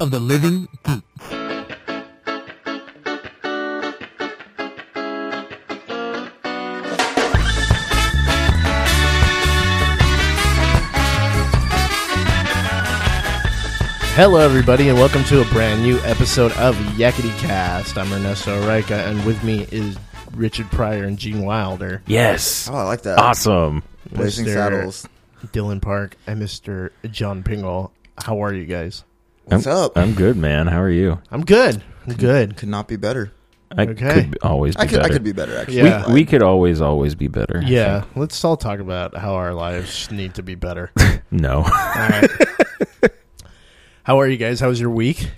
of the living geek. Hello, everybody, and welcome to a brand new episode of Yakety Cast. I'm Ernesto Reika, and with me is Richard Pryor and Gene Wilder, Yes. Oh, I like that. Ah, Awesome. Blazing Mr. Saddles. Dylan Park, and Mr. John Pingle. How are you guys? What's I'm, up? I'm good, man. How are you? I'm good. I'm good. Could not be better. I Okay. could always be I could. better. I could be better. Actually, Yeah. Like, we, we could always, always be better. I Yeah, let's all talk about how our lives need to be better. think. No. All right. How are you guys? How was your week?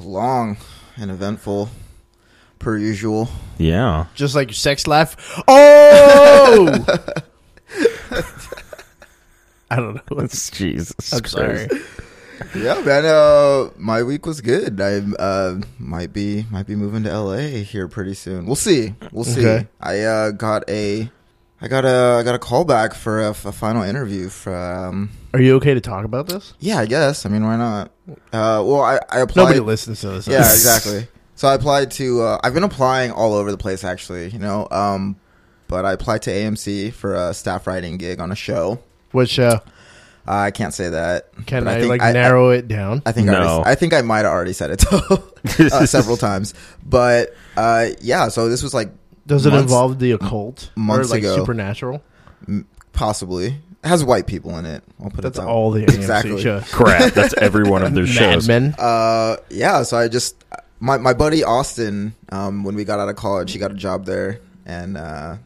long and eventful, per usual. yeah. Just like your sex life? Oh! I don't know. That's Jesus. I'm sorry. Christ. Yeah, man. Uh, my week was good. I uh, might be might be moving to L.A. here pretty soon. We'll see. We'll see. Okay. I uh, got a. I got a I got a call back for a, a final interview from Are you okay to talk about this? yeah I guess I mean why not uh, well I, I Nobody applied listens to this. yeah exactly so I applied to uh, I've been applying all over the place actually you know um, but I applied to AMC for a staff writing gig on a show Uh, What show? I can't say that. Can but I, think like narrow it down? I, think I, No. already, I think I might have already said it though, uh, several times. But uh, yeah, so this was like Does it months- involve the occult months or like ago. supernatural? possibly it has white people in it. I'll put it That's that way. all the AMC Oh, Exactly. shows. Crap. That's every one of their Mad shows. Men. Uh, yeah, so I just my my buddy Austin, um, when we got out of college, he got a job there, and uh,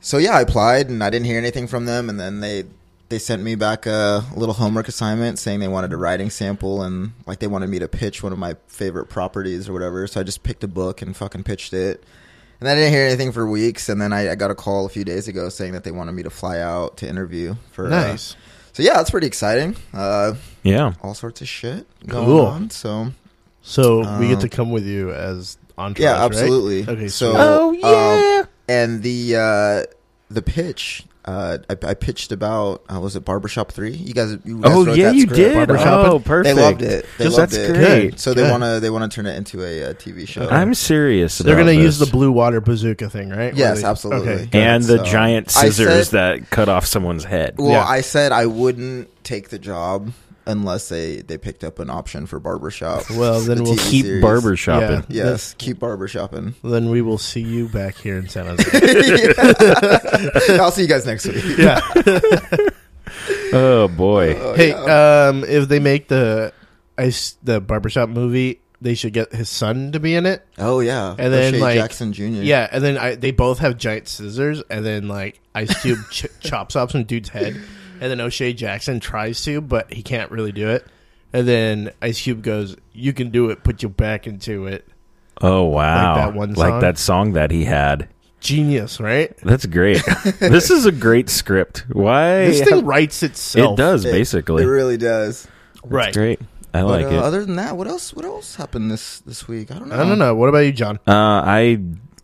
so yeah, I applied and I didn't hear anything from them, and then they they sent me back a little homework assignment saying they wanted a writing sample and like they wanted me to pitch one of my favorite properties or whatever. So I just picked a book and fucking pitched it. And I didn't hear anything for weeks, and then I, I got a call a few days ago saying that they wanted me to fly out to interview for. uh, Nice. so yeah, that's pretty exciting. Uh, Yeah. all sorts of shit going Cool. on. So So we get Uh, to come with you as entourage. yeah, right? absolutely. Okay, so sweet. Oh, yeah. um, and the uh, the pitch, uh, I, I pitched about uh, was it Barbershop Three? You guys, you guys Oh, wrote yeah, that you script. did. Barbershop. Oh, They perfect. loved it. They Just- loved that's it. great. So they Good. want to they want to turn it into a, uh TV show. I'm serious. They're going gonna to use the blue water bazooka thing, right? Yes, Where absolutely. Okay. And the So, giant I scissors said- that cut off someone's head. well, yeah. I said I wouldn't take the job unless they they picked up an option for Barbershop. Well, then The we'll TV Keep series. barber shopping. Yeah. Yes, keep barbershopping. Then we will see you back here in San Jose. I'll see you guys next week. yeah. Oh, boy. Uh, hey, um, if they make the ice the barbershop movie, they should get his son to be in it. Oh yeah, And then, O'Shea like- Jackson Jr. Yeah, and then I, they both have giant scissors, and then like Ice Cube ch- chops off some dude's head, and then O'Shea Jackson tries to, but he can't really do it. And then Ice Cube goes, "You can do it. Put your back into it." Oh, wow. that one song. Like that song that he had. Genius, right? That's great. this is a great script. Why? This thing writes itself. it does It- basically. it really does. right? Great. I But, like uh, it. Other than that, what else? What else happened this this week? I don't know. I don't know. What about you, John? Uh, I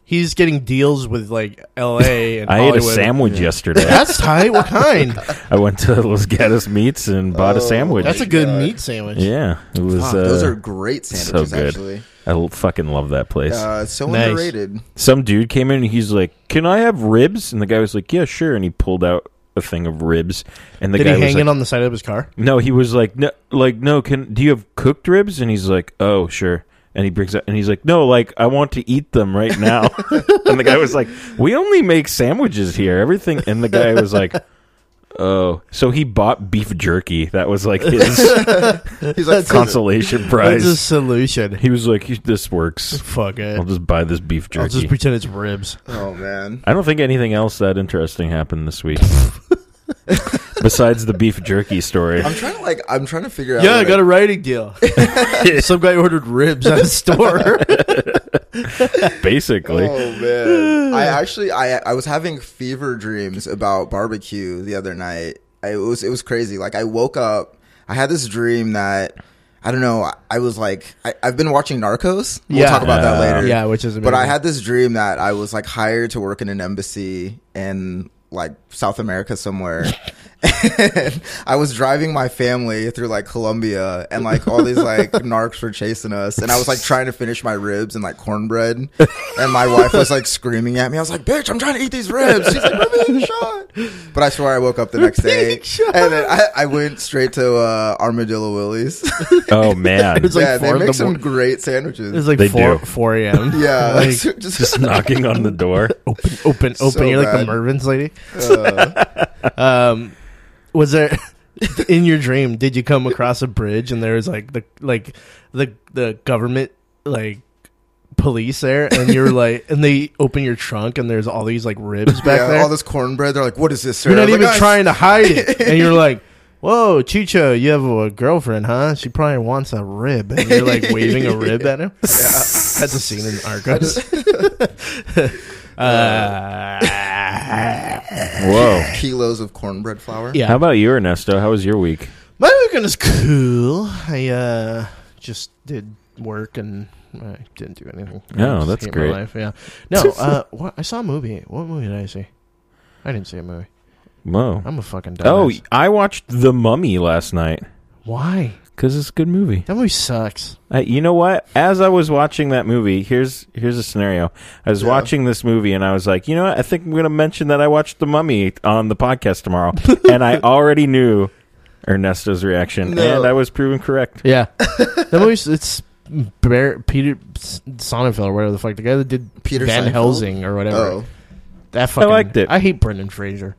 He's getting deals with like L.A. and I ate a Hollywood. sandwich yesterday. That's tight. What kind? I went to Los Gatos Meats and bought a sandwich. That's a good meat sandwich. yeah, it was. Oh. Fuck, uh, those are great sandwiches. so good. Actually, I l- fucking love that place. uh, so Nice. underrated. Some dude came in and he's like, "Can I have ribs?" And the guy was like, "Yeah, sure." And he pulled out a thing of ribs, and the Did guy he hang was like, it on the side of his car? No, he was like, no, like, no. Can do you have cooked ribs? And he's like, oh, sure. And he brings up, and he's like, no, like, I want to eat them right now. and the guy was like, we only make sandwiches here. Everything. And the guy was like, oh, so he bought beef jerky. That was like his He's like consolation That's a prize. solution. He was like, this works. Fuck it. I'll just buy this beef I'll just jerky. pretend it's ribs. Oh man, I don't think anything else that interesting happened this week. Besides the beef jerky story. I'm trying to like I'm trying to figure out. Yeah, what I got a writing deal. Some guy ordered ribs at a store. Basically. Oh man, I actually I I was having fever dreams about barbecue the other night. I, it was it was crazy. Like I woke up, I had this dream that I don't know. I, I was like I, I've been watching Narcos. We'll Yeah. talk about that Yeah. later. yeah, which is amazing. But I had this dream that I was like hired to work in an embassy in like South America somewhere. and I was driving my family through like Colombia, and like all these like narcs were chasing us, and I was like trying to finish my ribs and like cornbread, and my wife was like screaming at me. I was like, "Bitch, I'm trying to eat these ribs." She's like, "Repeat shot." But I swear, I woke up the next day, Repeat shot. and then I, I went straight to uh, Armadillo Willie's. Oh man, It's like yeah, they four in make the mor- some great sandwiches. It's like They four do. four a.m. yeah, like, it's just, just knocking on the door. open, open, open. So You're like the bad. Mervyn's lady. uh, Um, was there in your dream? Did you come across a bridge and there was like the like the the government like police there, and you're like, and they open your trunk and there's all these like ribs back yeah, there. all this cornbread. They're like, "What is this?" Sir? you're I not was like, even "Ah, trying to hide it, and you're like. Whoa, Chicho, you have a girlfriend, huh? She probably wants a rib. And you're like waving a rib at him. That's a scene in Argos. uh, Whoa. kilos of cornbread flour. yeah. How about you, Ernesto? How was your week? My weekend is cool. I uh, just did work and I didn't do anything. Oh, I just that's hate great. My life. Yeah. No, uh, what, I saw a movie. What movie did I see? I didn't see a movie. Whoa. I'm a fucking Oh, dumbass. I watched The Mummy last night why? because it's a good movie. That movie sucks. Uh, you know what? As I was watching that movie, here's here's a scenario. I was Yeah. watching this movie and I was like, you know what? I think I'm going to mention that I watched The Mummy on the podcast tomorrow, and I already knew Ernesto's reaction, No. and I was proven correct. Yeah, that movie. It's Bear, Peter S- Sonnenfeld or whatever the fuck the guy that did Peter Van Seinfeld? Helsing or whatever. Oh, That fucking. liked it. I hate Brendan Fraser.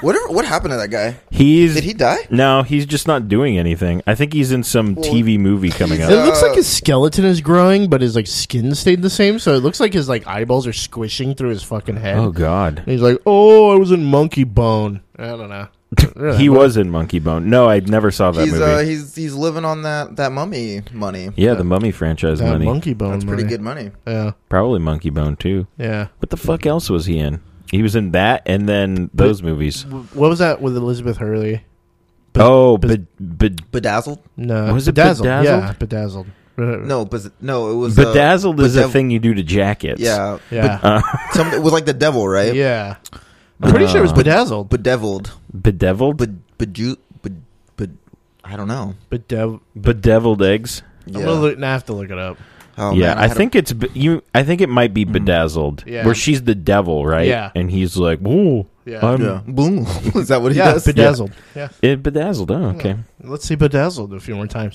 whatever. What happened to that guy? He's Did he die? no, he's just not doing anything. I think he's in some Well, TV movie coming he's up. It looks Uh, like his skeleton is growing, but his like skin stayed the same. So it looks like his like eyeballs are squishing through his fucking head. Oh God. And he's like, "Oh, I was in Monkey Bone." I don't know. Yeah, He but- was in Monkey Bone. No, I never saw that He's movie. uh, he's he's living on that that mummy money. yeah, the Mummy franchise that money. Monkey Bone. that's pretty movie. good money. Yeah, Probably Monkey Bone too. yeah. What the fuck else was he in? He was in that and then those movies. W- What was that with Elizabeth Hurley? Be- oh, Bez- but but Bedazzled? No, Was it Bedazzled? Yeah, bedazzled. No, No, bez- no, it was uh, bedazzled is a bedev- thing you do to jackets. Yeah, yeah, But some, it was like the devil, right? yeah. I'm pretty sure it was Uh, bedazzled. bedeviled, bedeviled, but beju, bed, bed, I don't know. Bedev- bedeviled eggs. I'm gonna look, now I have to look it up. oh, yeah, man, I, had a- think it's be- you. I think it might be bedazzled, Yeah. where she's the devil, right? Yeah. and he's like, "Whoa, Yeah. I'm yeah, boom. is that what he Yeah, does? bedazzled. Yeah. eh, bedazzled." Oh, okay, let's see bedazzled a few more times.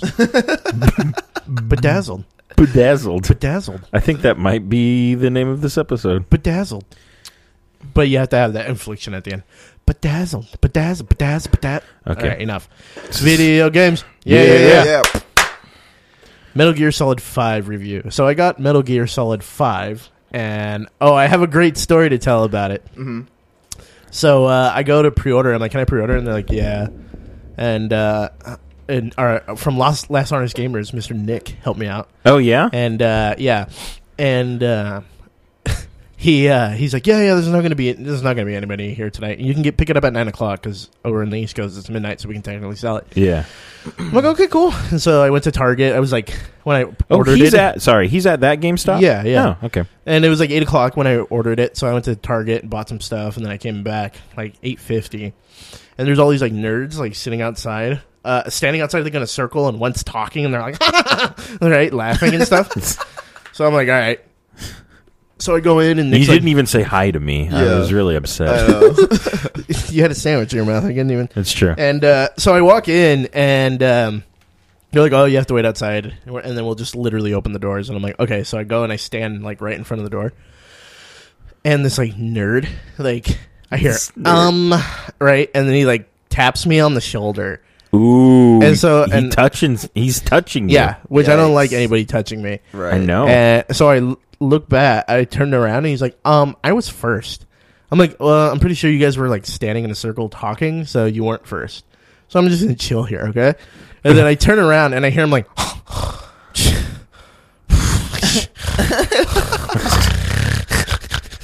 bedazzled, bedazzled. bedazzled, I think that might be the name of this episode. bedazzled. But you have to have that inflection at the end. Bedazzled, bedazzled, bedazzled, bedazzled. Okay. All right, enough. Video games. Yeah, yeah, yeah, yeah. yeah. Metal Gear Solid 5 review. So I got Metal Gear Solid 5, and oh, I have a great story to tell about it. Mhm. So uh, I go to pre-order. I'm like, "Can I pre-order?" And they're like, "Yeah." And uh, and our, from Last Last Honest Gamers, Mr. Nick helped me out, Oh yeah, and uh, yeah, and uh, he uh, he's like, "Yeah, yeah." There's not gonna be there's not gonna be anybody here tonight. You can get pick it up at nine o'clock because over in the East Coast it's midnight, so we can technically sell it. yeah. I'm like, "Okay, cool." And so I went to Target. I was like, when I Oh, ordered he's it, at. Sorry, he's at that GameStop. Yeah, yeah. Oh, okay. and it was like eight o'clock when I ordered it, so I went to Target and bought some stuff, and then I came back like eight fifty, and there's all these like nerds like sitting outside, uh, standing outside like in a circle, and one's talking, and they're like, all right, laughing and stuff. so I'm like, all right. So I go in and You Nick's like- Uh, didn't even say hi to me. I Yeah. was really upset. I know. you had a sandwich in your mouth. I didn't even. It's true. And uh, so I walk in, and um, they're like, "Oh, you have to wait outside," and we're- and then we'll just literally open the doors. And I'm like, "Okay." So I go and I stand like right in front of the door, and this like nerd, like I hear, This nerd. um, right, and then he like taps me on the shoulder. Ooh, And so- he and- touching, he's touching. you. Yeah, which I don't like Yikes. anybody touching me. right. I know. And so I l- look back, I turned around, and he's like, "Um, I was first. I'm like, "Well, I'm pretty sure you guys were like standing in a circle talking, so you weren't first. So I'm just gonna chill here, okay?" And then I turn around and I hear him like,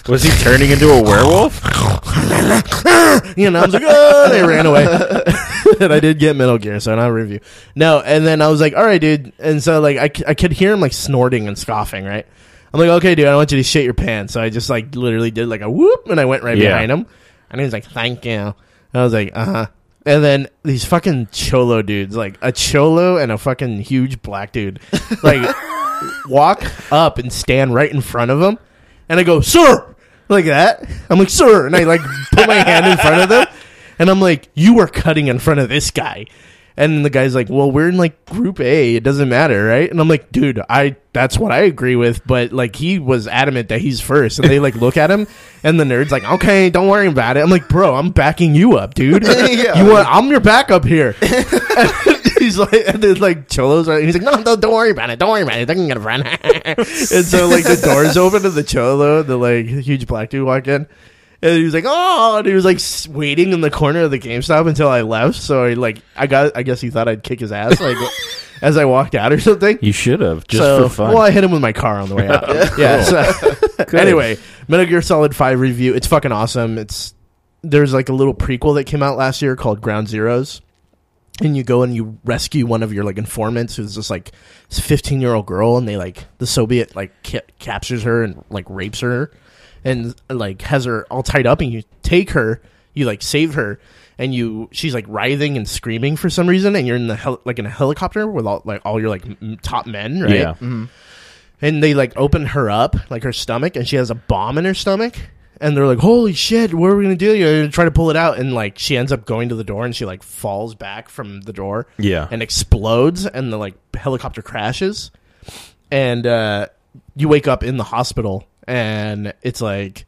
Was he turning into a werewolf? you know, I was like, "Oh!" and I ran away. and I did get Metal Gear, so I don't have a review. No, and then I was like, "All right, dude." And so like I, c- I could hear him like snorting and scoffing, right? I'm like, "Okay, dude, I want you to shit your pants." So I just like literally did like a whoop, and I went right Yeah. behind him, and he was like, "Thank you." And I was like, "Uh huh." And then these fucking cholo dudes, like a cholo and a fucking huge black dude, like walk up and stand right in front of them. And I go, sir, like that. I'm like, sir. And I like put my hand in front of them. And I'm like, you are cutting in front of this guy. And the guy's like, well, we're in like group A. It doesn't matter, right? And I'm like, dude, I that's what I agree with. But like, he was adamant that he's first. And they like look at him. And the nerd's like, okay, don't worry about it. I'm like, bro, I'm backing you up, dude. Yeah. You want, I'm your backup here. And he's like, and then like cholos are. He's like, no, no, don't worry about it. Don't worry about it. They're gonna run. and so like the doors open to the cholo, the like huge black dude walk in, and he was like, oh, and he was like s- waiting in the corner of the GameStop until I left. So I like, I got, I guess he thought I'd kick his ass like as I walked out or something. You should have just so, for fun. Well, I hit him with my car on the way out. yeah. so- Good. anyway, Metal Gear Solid Five review. It's fucking awesome. It's there's like a little prequel that came out last year called Ground Zeroes, and you go and you rescue one of your like informants who's this like 15 year old girl, and they like the Soviet like ca- captures her and like rapes her, and like has her all tied up, and you take her, you like save her. And you, she's like writhing and screaming for some reason, and you're in the hel- like in a helicopter with all like all your like m- top men, right? Yeah. Mm-hmm. and they like open her up, like her stomach, and she has a bomb in her stomach. And they're like, "Holy shit, what are we gonna do?" You know, they try to pull it out, and like she ends up going to the door, and she like falls back from the door, Yeah. and explodes, and the like helicopter crashes, and uh, you wake up in the hospital, and it's like,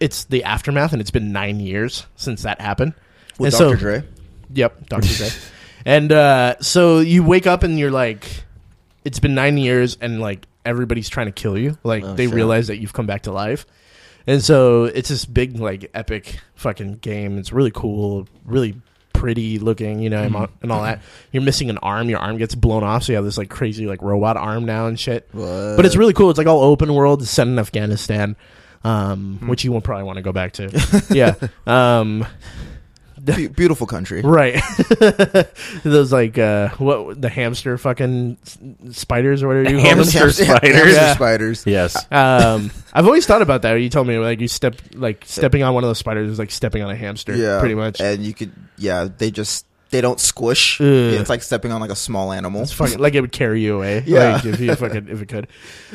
it's the aftermath, and it's been nine years since that happened. with And Dr. so- Dre. Yep, Dr. Dre. And uh, so you wake up and you're like, it's been nine years and like everybody's trying to kill you. Like Oh, they shit. realize that you've come back to life. And so it's this big, like, epic fucking game. It's really cool, really pretty looking, you know, and all- and all that. Mm-hmm. You're missing an arm. Your arm gets blown off. So you have this, like, crazy, like, robot arm now and shit. But it's really cool. It's like all open world. It's set in Afghanistan, um, Hmm. which you will probably want to go back to. yeah. Um, Be- beautiful country. Right. Those like uh what the hamster fucking s- spiders or whatever you call them. Hamster spiders. hamster Yeah. spiders. Yes. Um I've always thought about that. You told me like you step like stepping on one of those spiders is like stepping on a hamster Yeah, pretty much. And you could, yeah, they just they don't squish. Ugh. It's like stepping on like a small animal. It's fucking like it would carry you away. Yeah. Like if you fucking if it could.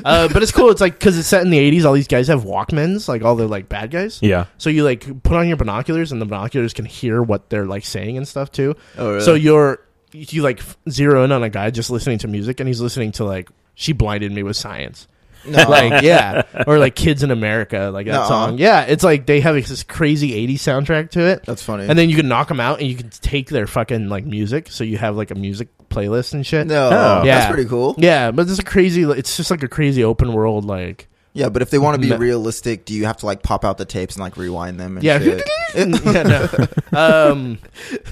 Uh but it's cool. It's like cuz it's set in the 80s all these guys have Walkmans, like all the like bad guys. Yeah. So you like put on your binoculars and the binoculars can hear what they're like saying and stuff too. Oh, really? So you're you like f- zero in on a guy just listening to music, and he's listening to like "She Blinded Me with Science," No. like yeah, or like "Kids in America," like that Nuh-uh. song. Yeah, it's like they have this crazy '80s soundtrack to it, that's funny. and then you can knock them out, and you can take their fucking like music, so you have like a music playlist and shit. no, Oh. Yeah. that's pretty cool. Yeah, but it's a crazy. It's just like a crazy open world. Like Yeah, but if they want to be Ma- realistic, do you have to like pop out the tapes and like rewind them? And Yeah. shit? yeah, no. um,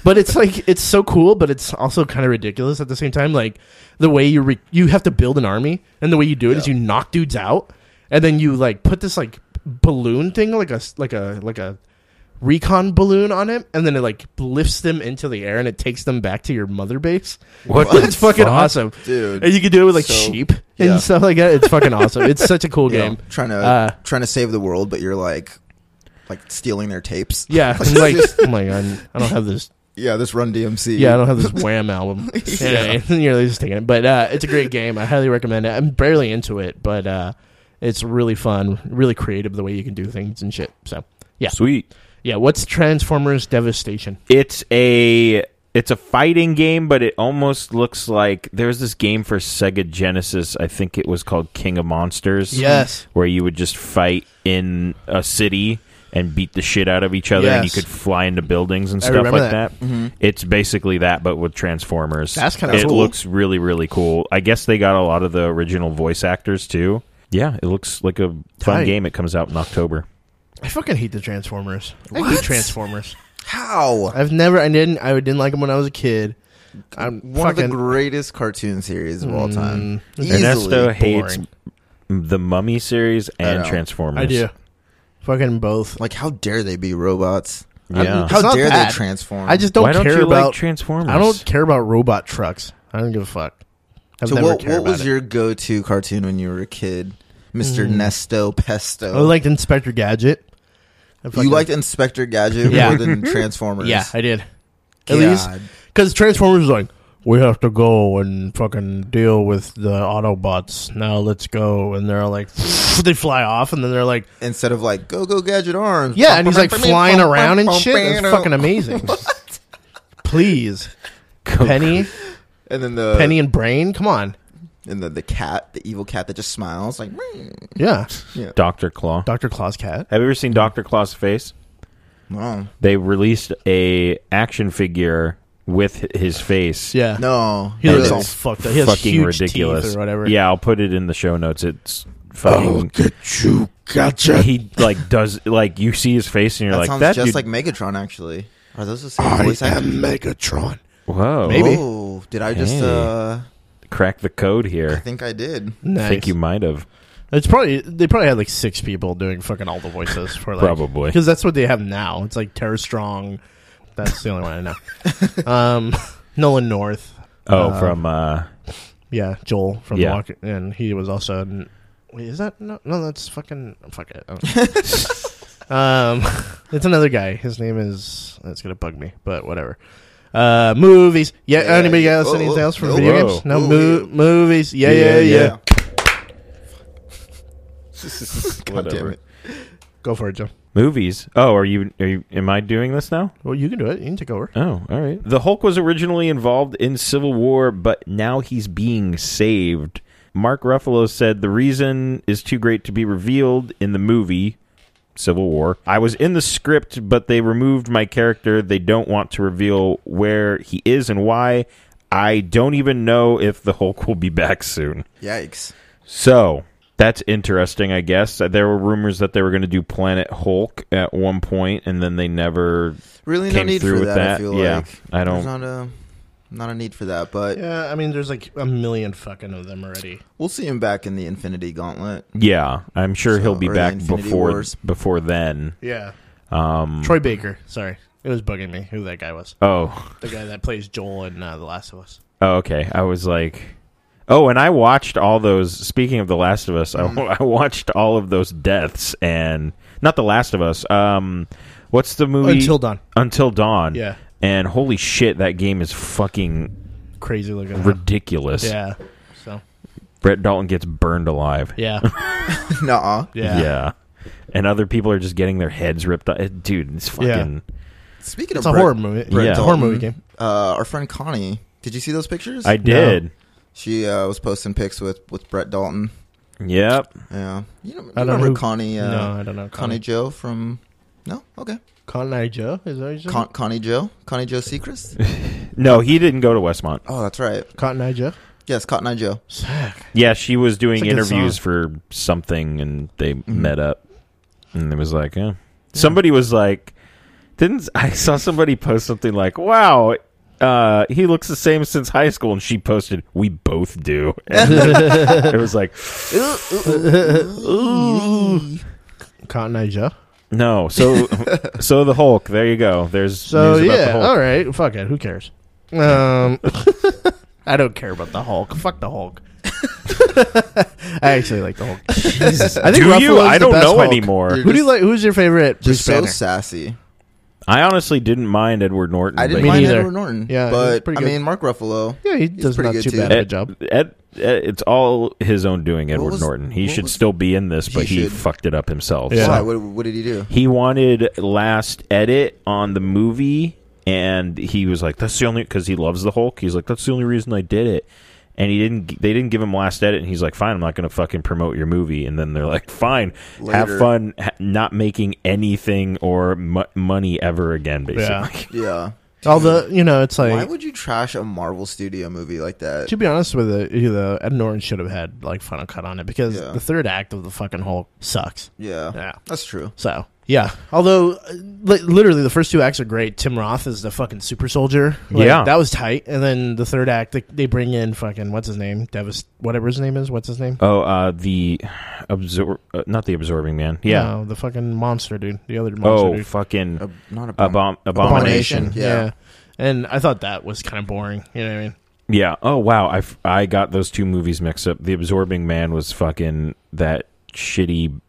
but it's like it's so cool, but it's also kind of ridiculous at the same time. Like the way you re- you have to build an army, and the way you do it is Yeah. you knock dudes out, and then you like put this like balloon thing, like a s- like a like a recon balloon on it, and then it like lifts them into the air and it takes them back to your mother base. What? it's fucking fuck? awesome, dude. and you can do it with like So- sheep yeah. and stuff like that. It's fucking awesome. It's such a cool You know, game. trying to Uh, trying to save the world, but you're like like stealing their tapes. Yeah, I'm like, oh my god, I don't have this Yeah, this Run DMC. Yeah, I don't have this Wham album. Anyway, you're really just taking it. But uh, it's a great game. I highly recommend it. I'm barely into it, but uh, it's really fun, really creative the way you can do things and shit. So yeah, Sweet. yeah. What's Transformers Devastation? It's a it's a fighting game, but it almost looks like there's this game for Sega Genesis. I think it was called King of Monsters. Yes. where you would just fight in a city and beat the shit out of each other, and you Yes. could fly into buildings and I stuff remember like that. that. Mm-hmm. It's basically that, but with Transformers. That's kinda It cool. looks really, really cool. I guess they got a lot of the original voice actors too. Yeah, it looks like a fun Tight. game. It comes out in October. I fucking hate the Transformers. I hate What? Transformers. How? I've never. I didn't. I didn't like them when I was a kid. I'm One fucking. Mm, of the greatest cartoon series of all time. Easily. Ernesto hates boring. m- the Mummy series and know. Transformers. I do. Fucking both. Like, how dare they be robots? Yeah. It's How not dare that. they transform? I just don't Why don't care you about like Transformers? I don't care about robot trucks. I don't give a fuck. I've So never what, cared what about was it. your go-to cartoon when you were a kid, Mister Mm. Nesto Pesto? I liked Inspector Gadget. I you Oh, fucking- liked Inspector Gadget Yeah. more than Transformers. Yeah, I did. At least God. because Transformers was like, we have to go and fucking deal with the Autobots. Now let's go, and they're all like, they fly off, and then they're like, Instead of like go go gadget arms. yeah, and he's like flying around and shit. It's fucking amazing. Please, Penny, And then the Penny and Brain, come on, and then the cat, the evil cat that just smiles like. "Meow." yeah, Doctor Claw. Doctor Claw's cat. Have you ever seen Doctor Claw's face? Wow. They released a action figure with h- his face. Yeah, No, he That looks is- all fucked up. He has fucking huge ridiculous. teeth or whatever. Yeah, I'll put it in the show notes. It's fucking. get you, Oh, gotcha. He like does like you see his face and you're that like sounds that just dude- like Megatron. Actually, are those the same voice actors? Megatron. whoa Maybe. Oh, did I just? Hey. uh crack the code I here. think I did. I Nice. think you might have It's probably they probably had like six people doing fucking all the voices for like Probably. because that's what they have now. It's like Terror Strong. That's the only one I know. Um, Nolan North. oh Uh, from uh Yeah, Joel from Yeah. Walking, and he was also. In, wait, is that no? No, that's fucking fuck it. I don't- um, it's another guy. His name is. That's gonna bug me, but whatever. Uh, movies. Yeah. Yeah, anybody yeah. else? Oh, anything oh, else from oh, video whoa. games? No. Ooh, Mo- yeah. movies. Yeah. Yeah. Yeah. God damn Whatever. it. Go for it, Joe. movies. Oh, are you are you am I doing this now? Well, you can do it. You can take over. Oh, all right. The Hulk was originally involved in Civil War, but now he's being saved. Mark Ruffalo said the reason is too great to be revealed in the movie Civil War. I was in the script, but they removed my character. They don't want to reveal where he is and why. I don't even know if the Hulk will be back soon. Yikes! So that's interesting, I guess. Uh, There were rumors that they were going to do Planet Hulk at one point, and then they never Really, no came need through for with that, that. I feel yeah, like I there's don't. not a not a need for that, but Yeah, I mean, there's like a million fucking of them already. we'll see him back in the Infinity Gauntlet. yeah, I'm sure So, he'll be or the back Infinity before Wars. before then. Yeah. Um, Troy Baker. Sorry. It was bugging me who that guy was. oh, The guy that plays Joel in uh, The Last of Us. oh, okay. I was like, oh, and I watched all those. Speaking of The Last of Us, I, I watched all of those deaths and not The Last of Us. Um, what's the Oh, movie Until Dawn. Until Dawn? Yeah. And holy shit, that game is fucking Crazy looking. ridiculous. yeah. So, Brett Dalton gets burned alive. yeah. Nuh-uh. Yeah. And other people are just getting their heads ripped off. Dude, it's fucking. Speaking It's a of horror Brett, movie. Brett It's a Dalton. horror movie game. uh, our friend Connie, did you see those pictures? I did. She uh, was posting pics with with Brett Dalton. Yep. Yeah, you, know, you I don't remember know who- Connie? Uh, no, I don't know. Connie Connie, Joe from. No, okay. Connie Joe? Is that what you said? Con- Connie Joe, Connie Joe Sechrist. No, he didn't go to Westmont. Oh, that's right. Cotton Eye Joe? Yes, Cotton Eye Joe. Sick. Yeah, she was doing It's a good interviews song. Mm-hmm. for something and they met up. And it was like, yeah. Somebody was like, didn't I saw somebody post something like, wow. Uh, he looks the same since high school, and she posted, "We both do." And it was like, Cotton Eye Joe? no. So, so the Hulk. There you go. There's So, news about the yeah. Hulk. All right. Fuck it. Who cares? Um, I don't care about the Hulk. Fuck the Hulk. I actually like the Hulk. I think do Ruffalo's you? I the don't best know Hulk. anymore. You're Who do you just- like? Who's your favorite? Bruce Just so Banner? sassy. I honestly didn't mind Edward Norton. I didn't Me but mind neither. Edward Norton. Yeah, he's but pretty I good. mean Mark Ruffalo. yeah, he does pretty not good, too too. bad of a job. Ed, Ed- it's all his own doing, Edward was- Norton. He what should was- still be in this, but He he, should. fucked it up himself. Yeah. so. Why? What, what did he do? He wanted last edit on the movie, and he was like, "That's the only," because he loves the Hulk. He's like, "That's the only reason I did it." And he didn't. g- They didn't give him last edit, and he's like, "Fine, I'm not going to fucking promote your movie." And then they're like, "Fine, have Later. fun, ha- not making anything or mu- money ever again." Yeah. Basically, Yeah. Although you know, it's Why like would you trash a Marvel studio movie like that? to be honest with it, you know, Ed Norton should have had like final cut on it because Yeah. the third act of the fucking Hulk sucks. Yeah, Yeah. that's true. So yeah, although uh, li- literally the first two acts are great. Tim Roth is the fucking super soldier. Like, Yeah. that was tight. And then the third act, they, they bring in fucking what's his name, Devas, whatever his name is. What's his name? Oh, uh, the absor- uh, not the absorbing man. Yeah. No, Uh, the fucking monster dude, the other monster oh, dude, fucking A, Uh, not a bomb. abom- abomination. Abomination. yeah. And I thought that was kind of boring. You know what I mean? Yeah. Oh wow, I, f- I got those two movies mixed up. The absorbing man was fucking that shitty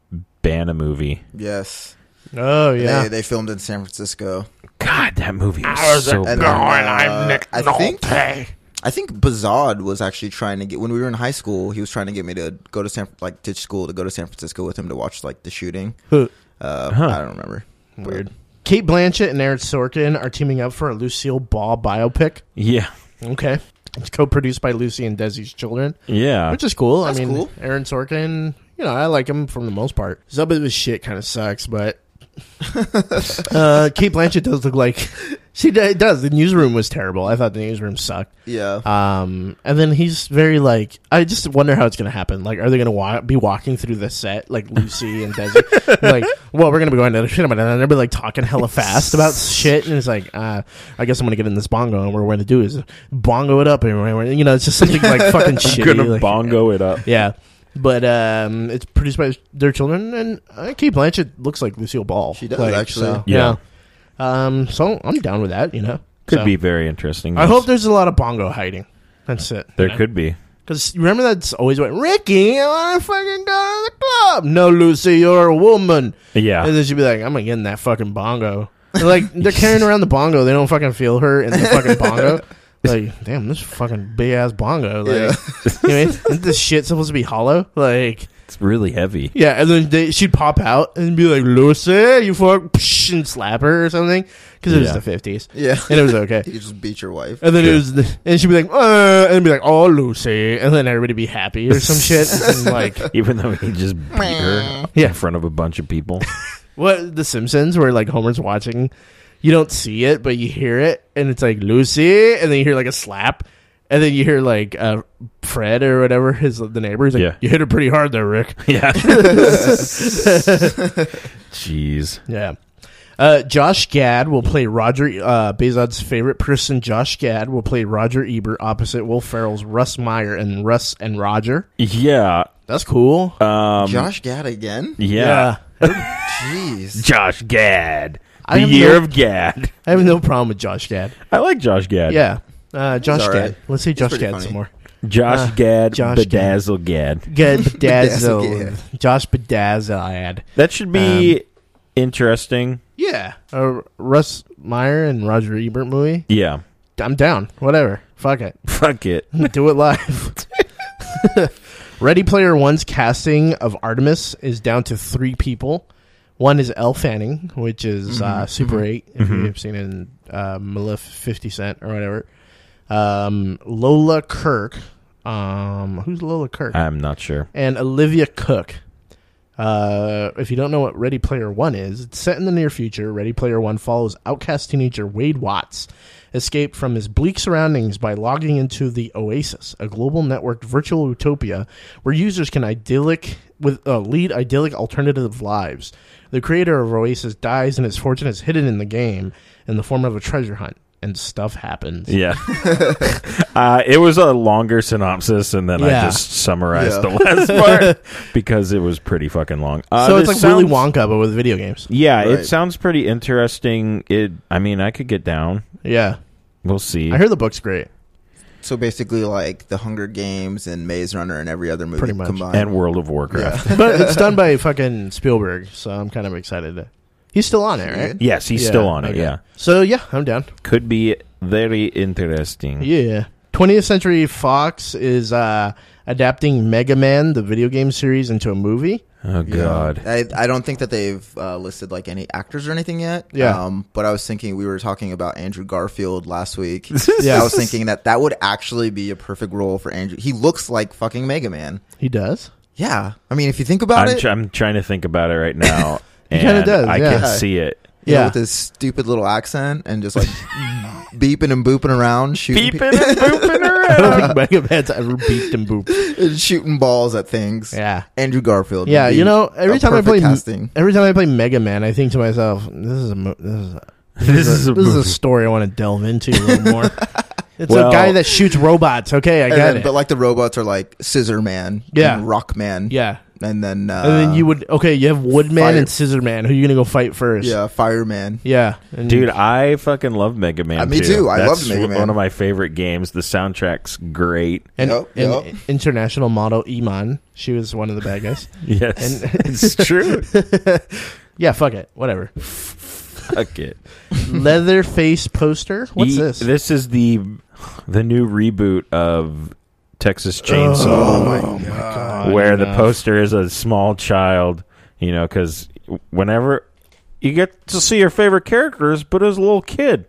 Bana movie. Yes. Oh yeah, They, they filmed in San Francisco. God, that movie was so bad. And then, uh, I think I think Bazad was actually trying to get when we were in high school. He was trying to get me to go to San like ditch school to go to San Francisco with him to watch like the shooting. Huh. Uh, Huh. I don't remember. Weird. Kate Blanchett and Aaron Sorkin are teaming up for a Lucille Ball biopic. Yeah, Okay. It's co-produced by Lucy and Desi's children, yeah. which is cool. That's I mean, cool. Aaron Sorkin, you know, I like him from the most part. Some of his shit kind of sucks, but uh, Kate Blanchett does look like she d- it does. The newsroom was terrible. I thought the newsroom sucked. Yeah. Um, and then he's very like, I just wonder how it's gonna happen. Like, are they gonna wa- be walking through the set like Lucy and Desi? like, well, we're gonna be going to the shit about it, and they'll be like talking hella fast about shit, and it's like, uh, I guess I'm gonna get in this bongo, and what we're gonna do is bongo it up, and we're, we're- you know, it's just something like fucking shitty. I'm gonna like- bongo it up. yeah. But um, it's produced by their children, and uh, Kate Blanchett looks like Lucille Ball. She does, Like, actually. so, Yeah. yeah. Um, so I'm down with that. You know, Could So, be very interesting. I hope there's a lot of bongo hiding. That's it. there could be. Because remember that's always what Ricky, I want to fucking go to the club. No, Lucy, you're a woman. Yeah, And then she'd be like, I'm gonna get in that fucking bongo. And, like they're carrying around the bongo, they don't fucking feel her in the fucking bongo. Like, damn, this fucking big ass bongo. Like, you know what I mean? Isn't this shit supposed to be hollow? Like, it's really heavy. yeah. And then they, she'd pop out and be like, Lucy, you fuck, psh, and slap her or something. Because it was Yeah. the 50s, yeah. and it was okay. you just beat your wife. And then Sure. it was, the, and she'd be like, uh, and be like, oh, Lucy, and then everybody be happy or some shit. And like, Even though he just beat her Yeah. in front of a bunch of people. what The Simpsons, where like Homer's watching, you don't see it, but you hear it, and it's like Lucy, and then you hear like a slap, and then you hear like uh, Fred or whatever his the neighbor. He's like, Yeah. you hit her pretty hard there, Rick. yeah. Jeez. Yeah. Uh, Josh Gad will play Roger uh, Bezod's favorite person. Josh Gad will play Roger Ebert opposite Will Ferrell's Russ Meyer and Russ and Roger. Yeah. That's cool. Uh, Um, Josh Gad again? yeah. Jeez. Josh Gad. I The have year no- of Gad. I have no problem with Josh Gad. I like Josh Gad. Yeah. Uh, Josh all Gad. right. Let's say Josh pretty Gad funny. some more. Josh Uh, Gad. Josh Bedazzle Gad. Gad Bedazzled. Bedazzled. Josh Bedazzled. That should be interesting. Yeah. A Russ Meyer and Roger Ebert movie. Yeah. I'm down. Whatever. Fuck it. Fuck it. Do it live. Ready Player One's casting of Artemis is down to three people. One is Elle Fanning, which is uh, Super 8, if you've seen it in uh, Malif 50 Cent or whatever. Um, Lola Kirk. Um, who's Lola Kirk? I'm not sure. and Olivia Cook. Uh, if you don't know what Ready Player One is, it's set in the near future. Ready Player One follows outcast teenager Wade Watts, escaped from his bleak surroundings by logging into the Oasis, a global networked virtual utopia where users can idyllic with uh, lead idyllic alternative lives. The creator of Oasis dies, and his fortune is hidden in the game in the form of a treasure hunt, and stuff happens. Yeah. uh, it was a longer synopsis, and then I Yeah. just summarized Yeah. the last part because it was pretty fucking long. Uh, so it's like this Willy sounds- Wonka, but with video games. Yeah, Right. it sounds pretty interesting. It, I mean, I could get down. Yeah, We'll see. I hear the book's great. So basically like the Hunger Games and Maze Runner and every other movie Pretty much. combined. and World of Warcraft. but it's done by fucking Spielberg, so I'm kind of excited. To, he's still on it, right? Yes, he's Yeah, still on it. okay. Yeah, So yeah, I'm down. could be very interesting. Yeah. 20th Century Fox is uh, adapting Mega Man, the video game series, into a movie. Oh Yeah. God. I, I don't think that they've uh, listed like any actors or anything yet. Yeah. Um, but I was thinking we were talking about Andrew Garfield last week. Yeah. I was thinking that that would actually be a perfect role for Andrew. He looks like fucking Mega Man. He does. Yeah. I mean, if you think about I'm, it, tr- I'm trying to think about it right now. He kinda and does, I yeah. can see it. you know, yeah. with his stupid little accent and just like beeping and booping around, shooting, Beeping and booping I around. don't think Mega Man's ever beeped and booped. pe- shooting balls at things. Yeah. Andrew Garfield. Yeah, would be you know, every a time I perfect play casting. every time I play Mega Man, I think to myself, this is a mo- this is a, This is a this is a movie. story I want to delve into a little more. It's Well- a guy that shoots robots. Okay, I And got then- it. but like the robots are like Scissor Man, Yeah. and Rock Man, yeah. and then uh, And then you would okay. You have Woodman Fire- and Scissorman. Who you gonna go fight first? yeah, Fireman. yeah, and- Dude, I fucking love Mega Man. Uh, me too. I That's loved Mega one Man. of my favorite games. The soundtrack's great. and, Yup, and yup. international model Iman. She was one of the bad guys. Yes, And- it's true. yeah, fuck it, whatever. Fuck it. Leatherface poster. What's E- this? This is the the new reboot of Texas Oh, Chainsaw, my god! where the Enough. poster is a small child. You know, because whenever you get to see your favorite characters, but as a little kid,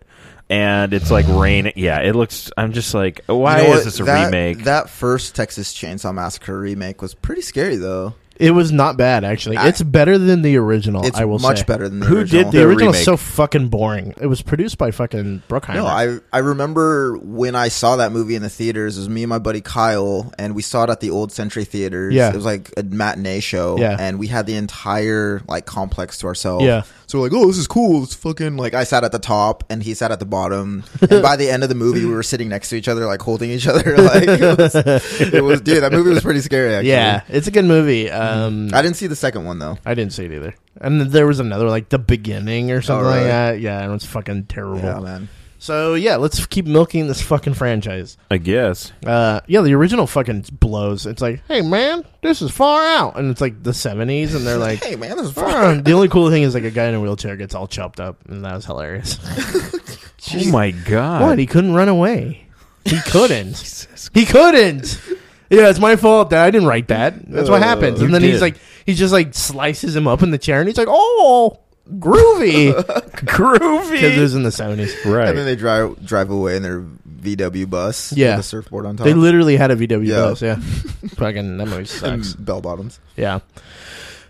and it's like rain. Yeah, it looks. I'm just like, why You know is what? this a that, remake? That first Texas Chainsaw Massacre remake was pretty scary, though. It was not bad actually. I- it's better than the original. It's I will much say. better than the Who original. did The The original remake. so fucking boring. It was produced by fucking Bruckheimer. No, I I remember when I saw that movie in the theaters. It was me and my buddy Kyle, and we saw it at the Old Century Theaters. Yeah. it was like a matinee show. Yeah. and we had the entire like complex to ourselves. Yeah. so we're like, oh, this is cool. It's fucking like I sat at the top and he sat at the bottom. and by the end of the movie, we were sitting next to each other, like holding each other. Like it was, it was dude, that movie was pretty scary. Actually. Mm-hmm. yeah, it's a good movie. Um, I didn't see the second one though. I didn't see it either. And then there was another like the beginning or something like Oh, really? that. Yeah, and it was fucking terrible. Yeah, Oh, man. So yeah, let's keep milking this fucking franchise. I guess. Oh Uh, yeah, the original fucking blows. It's like, hey man, this is far out, and it's like the seventies, and they're like, Hey man, this is fun. "Ah." the only cool thing is like a guy in a wheelchair gets all chopped up, and that was hilarious. Oh my god! What? He couldn't run away. He couldn't. he couldn't. Yeah, it's my fault that I didn't write that. That's what Uh, happens. you And then he's did. like, he just like slices him up in the chair, and he's like, oh, groovy. Because it Groovy. was in the seventies. Right. And then they drive drive away in their VW bus. Yeah. with a surfboard on top. They literally had a VW Yeah. bus. Yeah, fucking that movie sucks. bell bottoms. Yeah.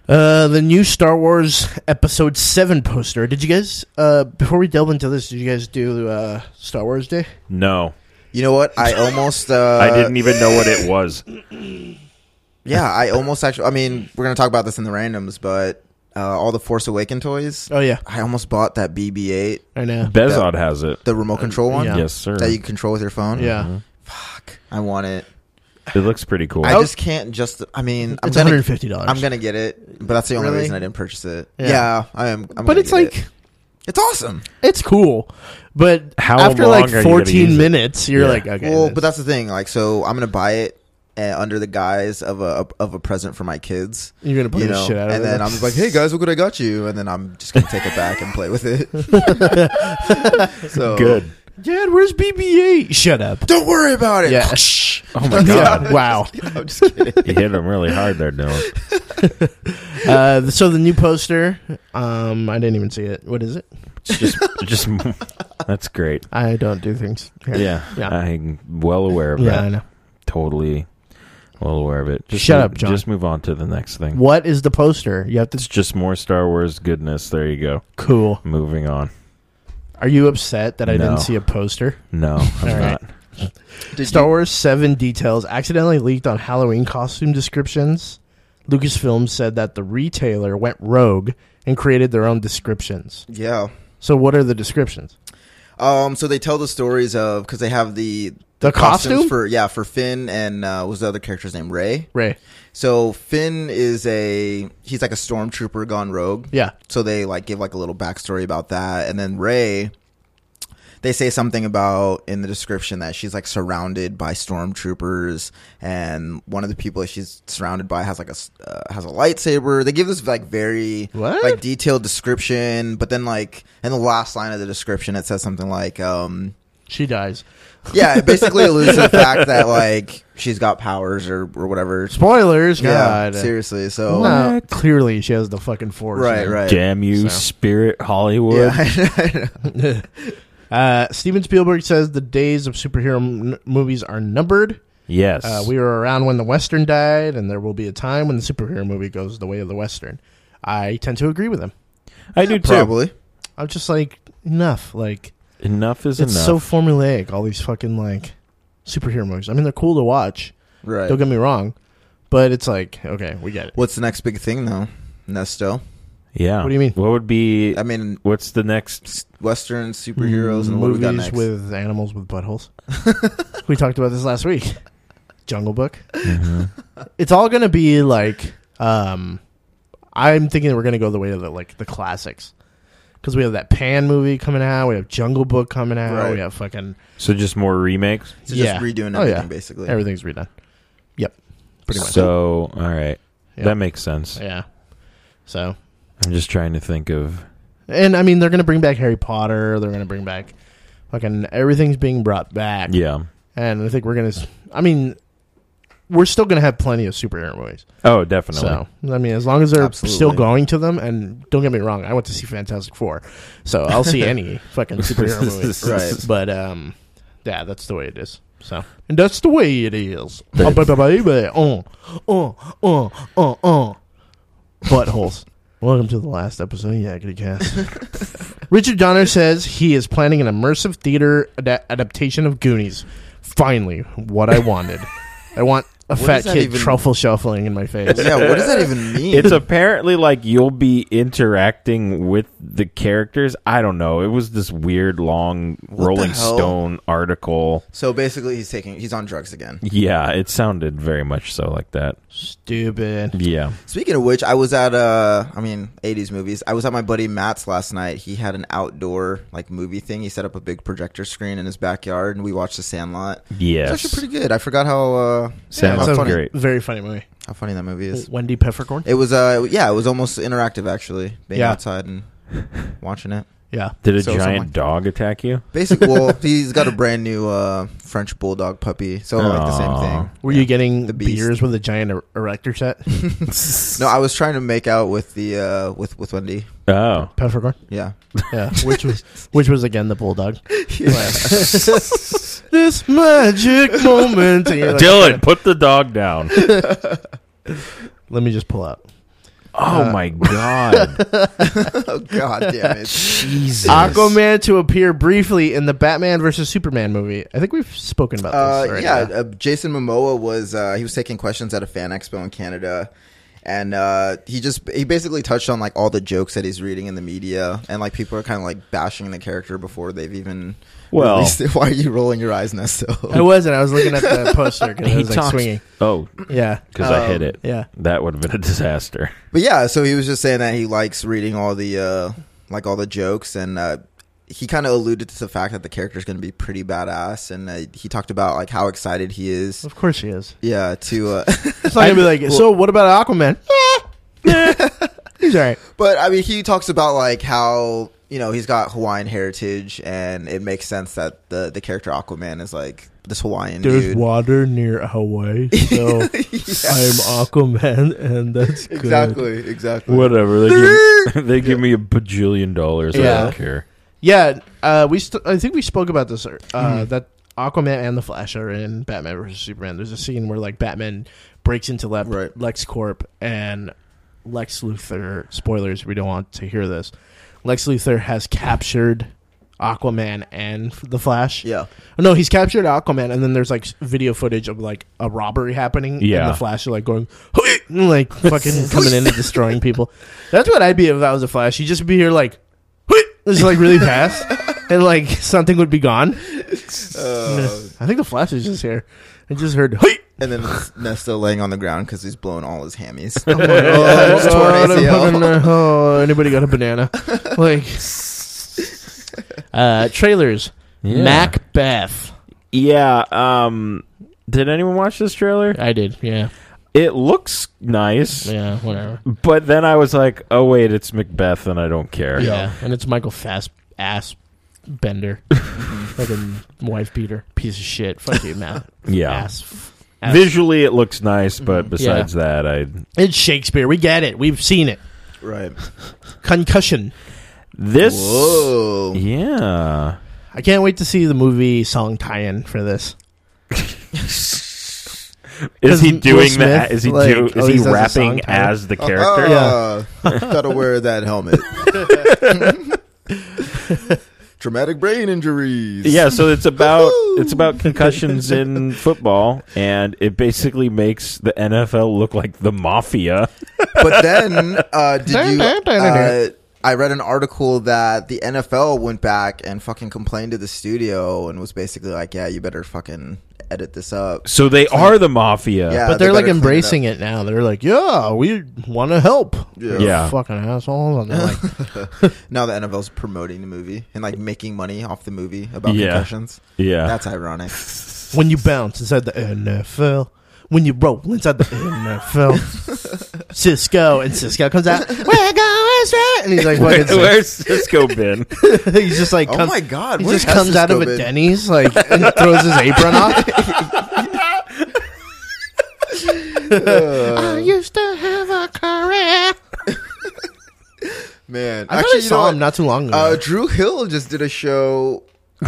Uh, the new Star Wars Episode Seven poster. Did you guys? Uh, before we delve into this, did you guys do uh, Star Wars Day? no, You know what? I almost. Uh, I e- didn't even know what it was. Yeah, I almost actually. I mean, we're gonna talk about this in the randoms, but uh, all the Force Awaken toys. Oh yeah, I almost bought that BB-8, I know. Bezod has it. the remote control one yeah. Yes, sir. that you control with your phone. Yeah, Fuck, I want it. It looks pretty cool. I just can't. Just. I mean, I'm it's one gonna. hundred and fifty dollars. I'm gonna get it, but that's the only Really? reason I didn't purchase it. Yeah. Yeah, I am. I'm but gonna it's get like it. it's awesome. it's cool. But How after long like are you gonna use fourteen it? minutes, you're Yeah. like, okay. well, this- but that's the thing. Like, so I'm gonna buy it uh, under the guise of a of a present for my kids. you're gonna play you the know, shit out of and it. then I'm like, "Hey guys, look what I got you!" And then I'm just gonna take it back and play with it. so Good. Dad, where's BB-8? Shut up. Don't worry about it. Yeah. Oh my god! Yeah, wow. I'm just kidding. you hit him really hard there, Dylan. Uh, so the new poster. Um, I didn't even see it. What is it? It's just, just that's great. I don't do things. Here. Yeah, Yeah. I'm well aware of Yeah, that. I know. Totally, well aware of it. Just Shut mo- up, John. Just move on to the next thing. What is the poster? You have to It's just more Star Wars goodness. There you go. Cool. Moving on. Are you upset that I No. didn't see a poster? No, All I'm right. not. Did Star you- Wars 7 details accidentally leaked on Halloween costume descriptions. Lucasfilm said that the retailer went rogue and created their own descriptions. Yeah. So what are the descriptions? Um. So they tell the stories of because they have the The costumes costume? for yeah for Finn and uh, what was the other character's name Ray. Ray. So Finn is a he's like a stormtrooper gone rogue. Yeah. So they like give like a little backstory about that, and then Ray, they say something about in the description that she's like surrounded by stormtroopers, and one of the people that she's surrounded by has like a s- uh, has a lightsaber. They give this like very What? like detailed description, but then like in the last line of the description, it says something like, um, She dies. yeah, it basically alludes to the fact that like she's got powers or or whatever. Spoilers. Yeah, God. seriously. So. No, What? clearly she has the fucking force. Right, right. Damn So. you, Spirit Hollywood. Yeah, I know. Uh, Steven Spielberg says the days of superhero m- movies are numbered. Yes. Uh, we were around when the Western died, and there will be a time when the superhero movie goes the way of the Western. I tend to agree with him. I do too. probably. I'm just like, enough. Like, Enough is it's enough. so formulaic, all these fucking, like, superhero movies. I mean, they're cool to watch. Right. Don't get me wrong. But it's like, okay, we get it. What's the next big thing though? Nesto. yeah. What do you mean? What would be? I mean, What's the next? s- Western superheroes and what do movies we got next? with animals with buttholes. we talked about this last week. Jungle Book. Mhm. It's all going to be like, um, I'm thinking we're going to go the way of the, like, the classics. Because we have that Pan movie coming out, we have Jungle Book coming out, Right. we have fucking So just more remakes. so yeah. just redoing everything Oh, yeah. basically. everything's redone. Yep, pretty much. So all right, Yeah. that makes sense. yeah. So I'm just trying to think of And I mean, they're going to bring back Harry Potter. They're going to bring back fucking everything's being brought back. Yeah. And I think we're going to, I mean, we're still going to have plenty of superhero movies. Oh, definitely. So, I mean, as long as they're Absolutely. still going to them, and don't get me wrong, I went to see Fantastic Four. So I'll see any fucking superhero movie. Right. But, um, yeah, that's the way it is. So, and that's the way it is. Uh, That's- uh, uh, uh, uh, uh. Buttholes. Welcome to the last episode of Yakety Cast. Richard Donner says he is planning an immersive theater ada- adaptation of Goonies. Finally, what I wanted. I want a What fat does that kid even- truffle shuffling in my face. yeah, what does that even mean? It's apparently like you'll be interacting with the characters. I don't know. It was this weird long the Rolling hell? Stone article. so basically, he's taking he's on drugs again. Yeah, it sounded very much so like that. Stupid. Yeah. Speaking of which, I was at uh, I mean, '80s movies. I was at my buddy Matt's last night. He had an outdoor like movie thing. He set up a big projector screen in his backyard, and we watched The Sandlot. Yes. It's actually pretty good. I forgot how uh, Sandlot's how Sounds funny, great. Very funny movie. how funny that movie is. Wendy Peppercorn. It was uh, yeah, it was almost interactive actually, being Yeah. outside and watching it. Yeah. Did a So giant someone- dog attack you? Basically, well, he's got a brand new uh, French bulldog puppy, so like the same Aw. thing. Were you getting The beast. beers with a giant er- erector set? No, I was trying to make out with the uh, with with Wendy. Oh. Peppercorn. Yeah, Yeah. Which was which was again the bulldog. Yeah. this magic moment. And you're like, Dylan, put the dog down. Let me just pull out. Oh Uh, my god. oh god damn it! Jesus. Aquaman to appear briefly in the Batman versus Superman movie. I think we've spoken about Uh, this. already. yeah, uh, Jason Momoa was uh, he was taking questions at a fan expo in Canada, and uh, he just he basically touched on like all the jokes that he's reading in the media, and like people are kind of like bashing the character before they've even. Well- released it. why are you rolling your eyes, Nesto? I wasn't. I was looking at the poster because it He was like talks. swinging. Oh, Yeah. because I hit Um, it. Yeah. That would have been a disaster. But yeah, so he was just saying that he likes reading all the uh, like all the jokes, and uh, he kind of alluded to the fact that the character is going to be pretty badass, and uh, he talked about like how excited he is. Of course she is. Yeah, to. Uh, It's not gonna be like. so what about Aquaman? He's all right. but I mean, he talks about like how you know he's got Hawaiian heritage, and it makes sense that the the character Aquaman is like this Hawaiian There's dude. water near Hawaii, so I'm Aquaman, and that's good. Exactly, exactly. Whatever. They give, they give me a bajillion dollars. I Yeah. don't care. Yeah, uh, we. St- I think we spoke about this. Uh, That Aquaman and the Flash are in Batman versus Superman. There's a scene where like Batman breaks into Lep- Right. LexCorp and Lex Luthor. Spoilers. We don't want to hear this. Lex Luthor has captured Aquaman and f- the Flash. Yeah, No, he's captured Aquaman, and then there's like s- video footage of like a robbery happening. Yeah. and the Flash is like going, "Hoy!" and, like fucking coming in and destroying people. That's what I'd be if I was a Flash. You'd just be here like, "Hoy!" just like really fast, and like something would be gone. Uh, I think the Flash is just here. I just heard, "Hoy!" and then Nesta laying on the ground because he's blown all his hammies. Oh, It's torn God, I'm ACL. fucking, uh, oh, anybody got a banana? like, uh, trailers. Yeah. Macbeth. Yeah. Um. Did anyone watch this trailer? I did. Yeah. It looks nice, Yeah. Whatever. but then I was like, "Oh wait, it's Macbeth, and I don't care." Yeah, and it's Michael Fast ass bender, fucking wife beater, piece of shit. Fuck you, man. Yeah. ass. ass. Visually, it looks Mm-hmm. nice, but besides that, I It's Shakespeare. We get it. We've seen it. right. Concussion. this. Whoa. Yeah. I can't wait to see the movie song tie-in for this. Is he Will doing Smith, that? Is he like, do, is always he does a song rapping title. as the character? Uh, gotta wear that helmet. Traumatic brain injuries. Yeah, so it's about it's about concussions in football, and it basically makes the NFL look like the mafia. But then, uh, did you? Uh, I read an article that the NFL went back and fucking complained to the studio and was basically like, "Yeah, you better fucking edit this up." So they are the mafia. Yeah, But they're Uh, they like better clean it embracing it, now. They're like, yeah, we want to help. Yeah. Yeah. fucking assholes. And they're like, Now the NFL's promoting the movie and like making money off the movie about Yeah. concussions. Yeah. That's ironic. when you bounce inside the NFL, when you roll inside the NFL. Cisco and Cisco comes out. We're going where's that? And he's like, fucking Where- where's Cisco been? he's just like, Oh comes- my God, he where just has comes this out of go a been? Denny's like and throws his apron off. Uh, I used to have a career. Man, I actually, actually you know saw what? him not too long ago. Uh, Drew Hill just did a show.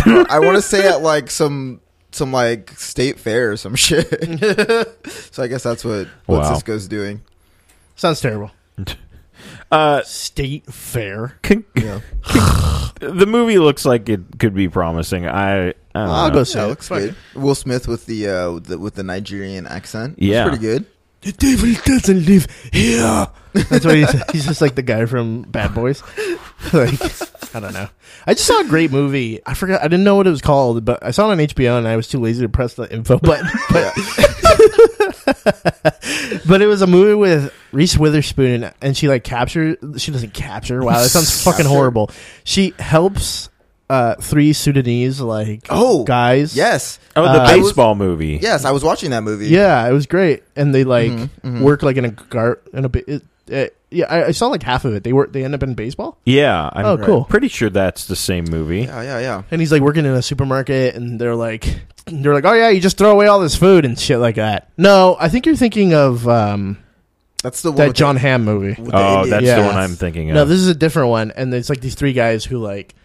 I want to say at like some some like state fair or some shit. so I guess that's what what Wow. Cisco's doing. Sounds terrible. Uh, State fair. con- Yeah. the movie looks like it could be promising. I, I don't I'll know. go see it. Yeah, it looks Fuck good. Will Smith with the, uh, with the with the Nigerian accent. It's Yeah. pretty good. The devil doesn't live here. That's what he's, he's just like the guy from Bad Boys. like, I don't know. I just saw a great movie. I forgot. I didn't know what it was called, but I saw it on HBO, and I was too lazy to press the info button. But, but it was a movie with Reese Witherspoon, and she like captures. She doesn't capture. Wow, that sounds fucking Capture. horrible. She helps uh, three Sudanese like Oh, guys. Yes, Oh, the Uh, I was- baseball movie. yes, I was watching that movie. Yeah, it was great, and they like Mhm, mhm. work like in a gar in a bi- it, it, yeah. I, I saw like half of it. They work. They end up in baseball, Yeah, I'm Oh, cool. pretty sure that's the same movie. yeah, yeah, yeah. and he's like working in a supermarket, and they're like, they're like, oh yeah, you just throw away all this food and shit like that. No, I think you're thinking of um, That's the one. that with John Hamm movie. The, with the Oh, Indian- that's the Yeah. one I'm thinking of. No, this is a different one, and it's like these three guys who like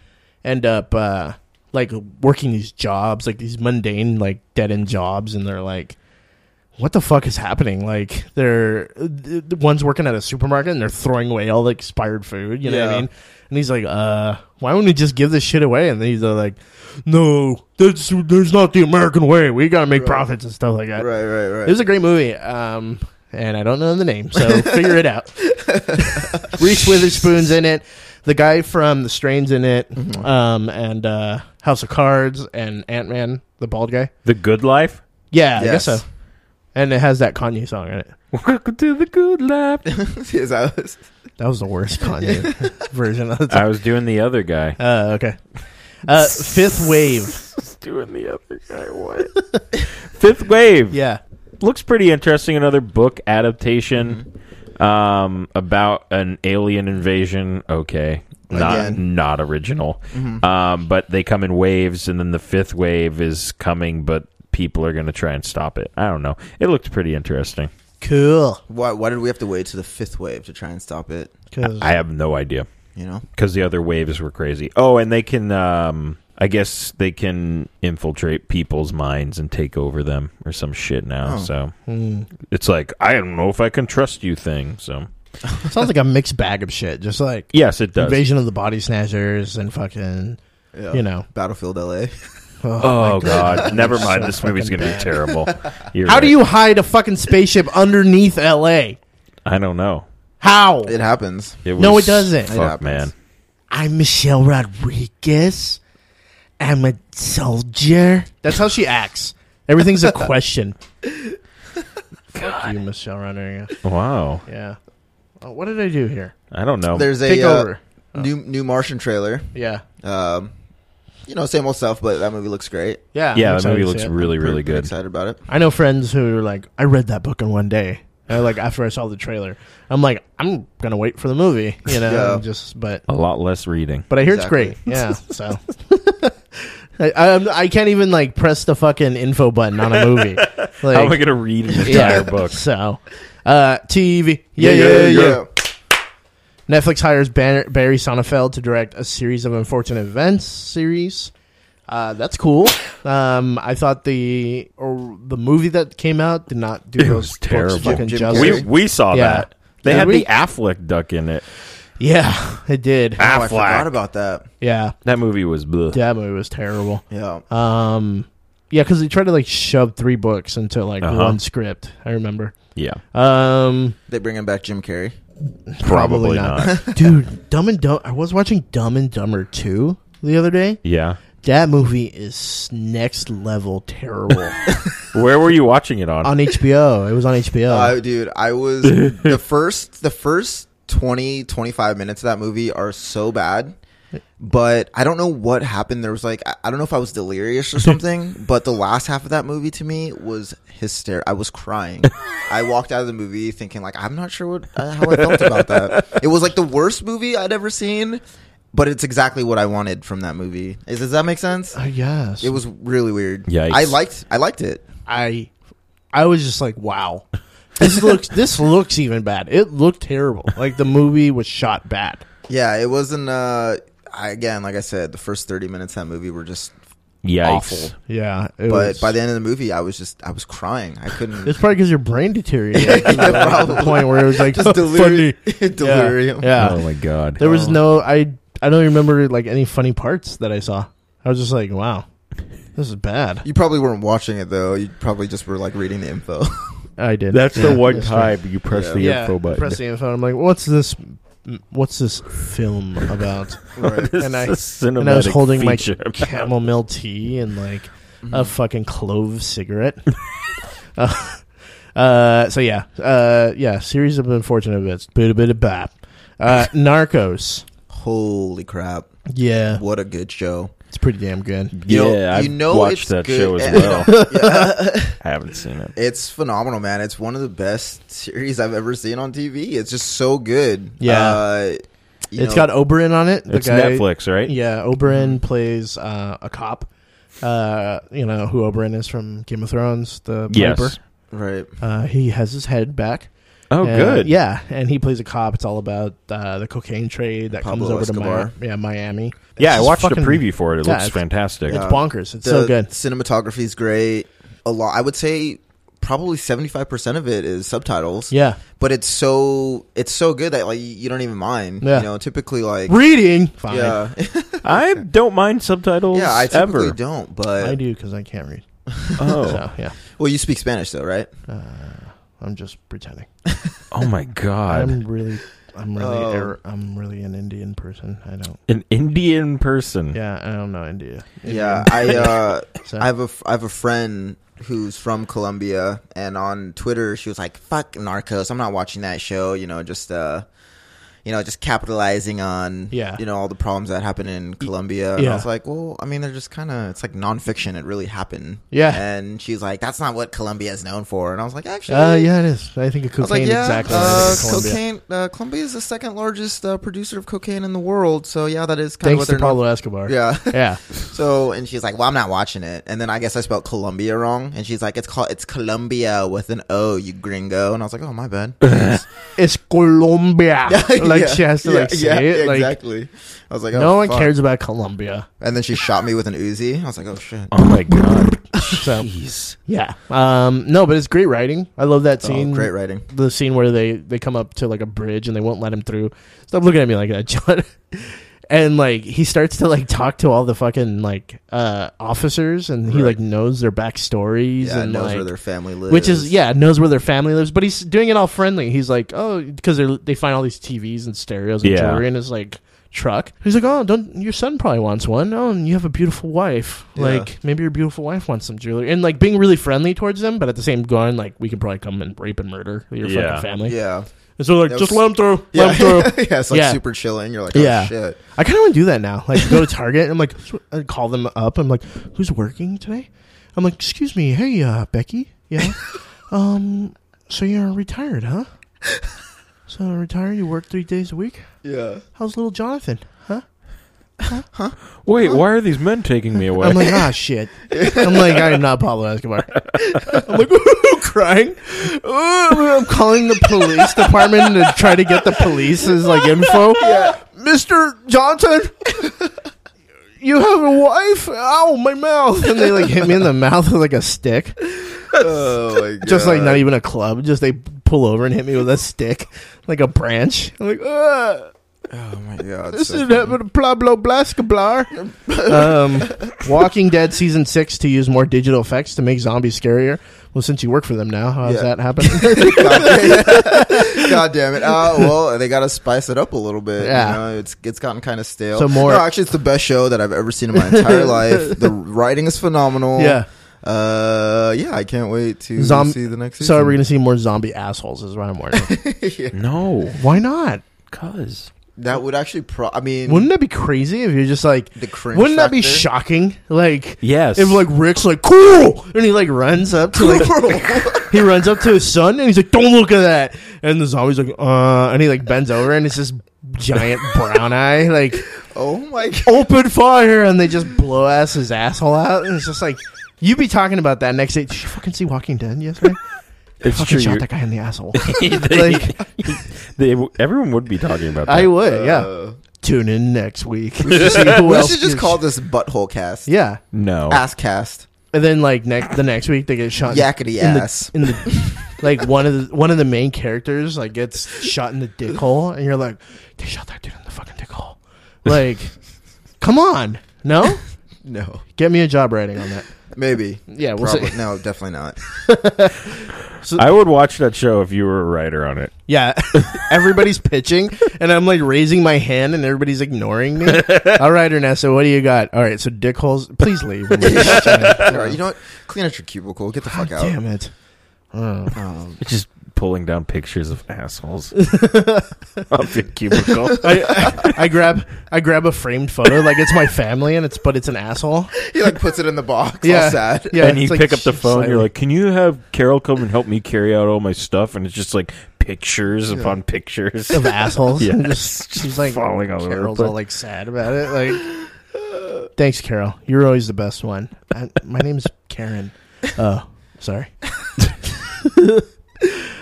end up uh, like working these jobs, like these mundane, like dead end jobs, and they're like, "What the fuck is happening?" Like they're the the one's working at a supermarket and they're throwing away all the expired food. You know what I Yeah. mean? And he's like, "Uh, why don't we just give this shit away?" And these are like, "No, that's there's not the American way. We gotta make Right. profits and stuff like that." Right, right, It right. was a great movie. Um, and I don't know the name, so figure it out. Reese Witherspoon's in it. The guy from The Strain's in it. Mm-hmm. Um, and uh, House of Cards and Ant Man, the bald guy. the Good Life. Yeah, Yes. I guess so. And it has that Kanye song in it. Welcome to the Good Life. Yes, I was- That was the worst Kanye version of the I was doing the other guy. Uh, okay. Uh, fifth Wave. doing the other guy. What? Fifth Wave. Yeah. looks pretty interesting. Another book adaptation um, about an alien invasion. Okay, not Again. not original. Mm-hmm. Um, but they come in waves, and then the fifth wave is coming, but people are going to try and stop it. I don't know. It looked pretty interesting. Cool. why, why did we have to wait to the fifth wave to try and stop it? 'Cause- I have no idea You know, because the other waves were crazy. Oh, and they can. Um, I guess they can infiltrate people's minds and take over them or some shit now. Oh. So Hmm. it's like I don't know if I can trust you thing. So Sounds like a mixed bag of shit. Just like yes, it does. Invasion of the Body Snatchers and fucking, yeah. you know. Battlefield L.A. Oh god! Never So mind. This movie's fucking gonna be bad. terrible. You're How do right. you hide a fucking spaceship underneath L.A.? I don't know. How? It happens. No, was- it doesn't. It Fuck, happens. man. I'm Michelle Rodriguez. I'm a soldier. That's how she acts. Everything's a question. Fuck you, Michelle Rodriguez. Wow. Yeah. Oh, what did I do here? I don't know. There's a Take uh, over. Oh. new new Martian trailer. Yeah. Um, you know, same old stuff, but that movie looks great. Yeah. I'm yeah, that excited movie to looks see it. really, Pretty- really pretty good. Excited about it. I know friends who were like, I read that book in one day. And, like after I saw the trailer, I'm like, I'm gonna wait for the movie, you know. Yeah. and Just but A lot less reading. But I hear Exactly. it's great. Yeah. So I, I'm, I can't even like press the fucking info button on a movie. Like, How am I gonna read an entire yeah. book? So uh, TV. Yeah, Yeah, yeah, yeah, yeah. Oh, Netflix hires Ban- Barry Sonnenfeld to direct a series of unfortunate events series. Uh, that's cool. Um, I thought the or the movie that came out did not do It those was books terrible. fucking Jim justice. We Carrey. we saw Yeah. that. They Did had we? the Affleck duck in it. yeah, it did. Ah. Oh, Affleck. I forgot about that. Yeah, That movie was bleh. that movie was terrible. Yeah. Um, yeah, because they tried to like shove three books into like Uh-huh. one script. I remember. Yeah, Um, They bringing back Jim Carrey. Probably probably, not. not. dude, Dumb and Dumb. I was watching Dumb and Dumber Two the other day. yeah, That movie is next level terrible where were you watching it on? on HBO. It was on HBO. Uh, dude, I was the first the first 20 25 minutes of that movie are so bad. But I don't know what happened. There was like I, I don't know if I was delirious or something. but the last half of that movie to me was hysterical. I was crying. I walked out of the movie thinking like I'm not sure what uh, how I felt about that. It was like the worst movie I'd ever seen. But it's exactly what I wanted from that movie. Is, does that make sense? I guess It was really weird. Yikes. I liked I liked it. I I was just like, wow, this looks this looks even bad. It looked terrible. Like the movie was shot bad. Yeah, it wasn't uh I, again, like I said, the first 30 minutes of that movie were just Yikes. Awful. Yeah, it but was- by the end of the movie I was just I was crying. I couldn't it's probably because your brain deteriorated at the point where it was like just delirium. delirium. Yeah, Oh my god. there was no I I don't remember like any funny parts that I saw. I was just like, wow, this is bad. You probably weren't watching it though. You probably just were like reading the info. I did. That's Yeah, the one that's right. time you press Yeah. the yeah, info button. Press the info. I'm like, what's this? What's this film about? right. This and I- is a and I was cinematic holding feature. Mm-hmm. my chamomile tea and like a fucking clove cigarette. uh, uh, so yeah, uh, yeah. Series of unfortunate events. Bit a bit of bap. Uh, Narcos. Holy crap. Yeah, What a good show. it's pretty damn good. You know- yeah, you I know it's watched that good show as and- well. I haven't seen it. It's phenomenal, man. It's one of the best series I've ever seen on TV. It's just so good. Yeah. Uh, you It's know- Mm-hmm. got Oberon on it. The It's guy, Netflix, right? Yeah, Oberon plays uh, a cop. Uh, you know who Oberon is from Game of Thrones, the Yes. Piper. right. Uh, he has his head back. Oh, And- good. Yeah, and he plays a cop. It's all about uh, the cocaine trade that Pablo comes over Escobar. to Mi- yeah, Miami. Yeah, I It's watched fucking- a preview for it. It yeah, looks it's- fantastic. It's Yeah. bonkers. It's so good. Cinematography's great. A lot. I would say probably seventy five percent of it is subtitles. Yeah, But it's so it's so good that like you- you don't even mind. Yeah. You know, typically like reading. Fine. yeah, I don't mind subtitles yeah. I typically ever. don't. But I do because I can't read. Oh. So yeah, Uh, well, you speak Spanish though, right? I'm just pretending. oh my god. I'm really, I'm really, Oh. er- I'm really an Indian person. I don't. An Indian person. Yeah, I don't know India. Yeah, I uh, So- I have a f- I have a friend who's from Colombia, and on Twitter she was like, "Fuck Narcos, I'm not watching that show." You know, just uh, you know, just capitalizing on Yeah. you know all the problems that happened in Colombia. And yeah. I was like, well, I mean, they're just kind of it's like nonfiction. It really happened. Yeah. and she's like, that's not what Colombia is known for. And I was like, actually. Uh, yeah, it is. I think of I was like, cocaine yeah, exactly. like uh, Colombia. cocaine. Uh, Colombia is the second largest uh, producer of cocaine in the world. So yeah, that is kind Thanks of what to they're Pablo Escobar. known. Yeah, yeah. so and she's like, "Well, I'm not watching it." And then I guess I spelled Columbia wrong, and she's like, "It's called it's Columbia with an O, you gringo." And I was like, "Oh, my bad." It's Colombia. like Yeah. she has to Yeah, like say yeah, it. Like exactly. I was like, oh, no one fuck." cares about Colombia. And then she shot me with an Uzi. I was like, "Oh shit." Oh my god. So Jeez. yeah. Um. No, but it's great writing. I love that scene. Oh, great writing. the scene where they they come up to like a bridge and they won't let him through. Stop looking at me like that, John. and like he starts to like talk to all the fucking like uh officers and he Right. like knows their backstories Yeah, and knows like where their family lives. which is yeah knows where their family lives but he's doing it all friendly he's like oh because they they find all these tvs and stereos and Yeah. jewelry in his like truck he's like oh don't your son probably wants one oh and you have a beautiful wife Yeah. like maybe your beautiful wife wants some jewelry and like being really friendly towards them but at the same time like we can probably come and rape and murder your Yeah. fucking family Yeah. and so like That just was- let him through Yeah. let him through yeah, it's like Yeah. super chilling. You're like, "Oh Yeah. shit." I kind of want to do that now. Like go to Target and I'm like "Who's- I call them up. I'm like, who's working today? I'm like, excuse me, hey uh, Becky, yeah. um, so you're retired, huh? So retired, you work three days a week. Yeah. How's little Jonathan? Huh? Wait, why are these men taking me away? I'm like, ah, shit. I'm like, I am not Pablo Escobar. I'm like, crying. I'm calling the police department to try to get the police's like info. Mr. Johnson, you have a wife? Ow, my mouth. And they like hit me in the mouth with like a stick. Oh my god. Just like not even a club. Just they pull over and hit me with a stick, like a branch. I'm like, ah, Oh my god. this so is funny. happening to Pablo Blascablar. um, Walking Dead season six to use more digital effects to make zombies scarier. Well, since you work for them now, how's Yeah. that happen? God damn it! Uh, well, they got to spice it up a little bit. Yeah. you know, it's it's gotten kind of stale. So more- No, actually, it's the best show that I've ever seen in my entire life. The writing is phenomenal. yeah. Uh, yeah, I can't wait to Zom- see the next. Season. So we're gonna see more zombie assholes, is what I'm worried. no, Why not? cause That would actually pro. I mean, Wouldn't that be crazy if you're just like? The cringe Wouldn't that be factor? shocking? Like, Yes. If like Rick's like cool, and he like runs up to like he runs up to his son, and he's like, "Don't look at that!" And the zombie's like, "Uh," and he like bends over, and it's this giant brown eye, like oh my god. open fire, and they just blow ass his asshole out, and it's just like you be talking about that next day. Did you fucking see Walking Dead yesterday? They It's fucking true, shot you're- that guy in the asshole. they, like they- everyone would be talking about that. I would, yeah. Uh, Tune in next week. We should, see who we else should just gets- call this butthole cast. Yeah. no. Ass cast. And then like next the next week they get shot in- Yakety in the- ass. in the like one of the one of the main characters like gets shot in the dick hole and you're like they shot that dude in the fucking dick hole. Like come on. No? No. Get me a job writing on that. Maybe. Yeah, we'll Probably. see. No, definitely not. I would watch that show if you were a writer on it. Yeah. everybody's pitching and I'm like raising my hand and everybody's ignoring me. All right, Ernesto, what do you got? All right, so dick holes please leave. All right, you know what? Clean out your cubicle. Get the fuck out. Damn it. Oh. Um, Just pulling down pictures of assholes off your cubicle. I, I grab I grab a framed photo like it's my family and it's but it's an asshole. he like puts it in the box. Yeah. All sad. Yeah, and you it's like, pick up the shit, phone. You're sorry. like, "Can you have Carol come and help me carry out all my stuff?" And it's just like pictures upon pictures. of assholes. Yes. And just, she's like Falling all over the Carol's place. all like sad about it. Like, thanks, Carol. You're always the best one. I, my name's Karen. Oh, sorry.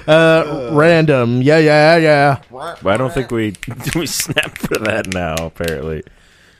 uh, random. Yeah, yeah, yeah. But I don't think "Ah." we we snap for that now. Apparently,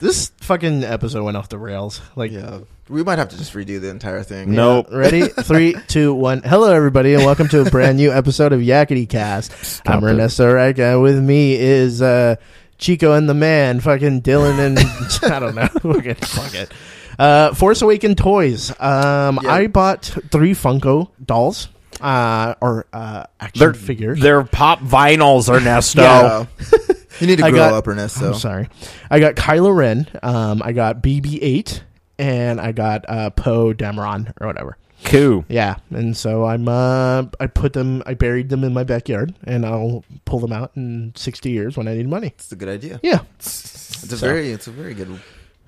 This fucking episode went off the rails. Like, Yeah. We might have to just redo the entire thing. nope. Ready? Three, two, one. Hello, everybody, and welcome to a brand new episode of Yakety Cast. I'm it. Ernesto Reca. With me is uh, Chico and the man, fucking Dylan and I don't know. Okay, fuck it. Uh, Force Awakened toys. Um, Yeah. I bought three Funko dolls, uh, or uh, action They're figures. Their pop vinyls, Ernesto. Yeah. you need to I grow got- up, Ernesto. I'm sorry. I got Kylo Ren. Um, I got BB-8, and I got uh, Poe Dameron or whatever. Cool. Yeah, and so I'm uh I put them I buried them in my backyard and I'll pull them out in 60 years when I need money. It's a good idea. Yeah. It's a So- very, it's a very good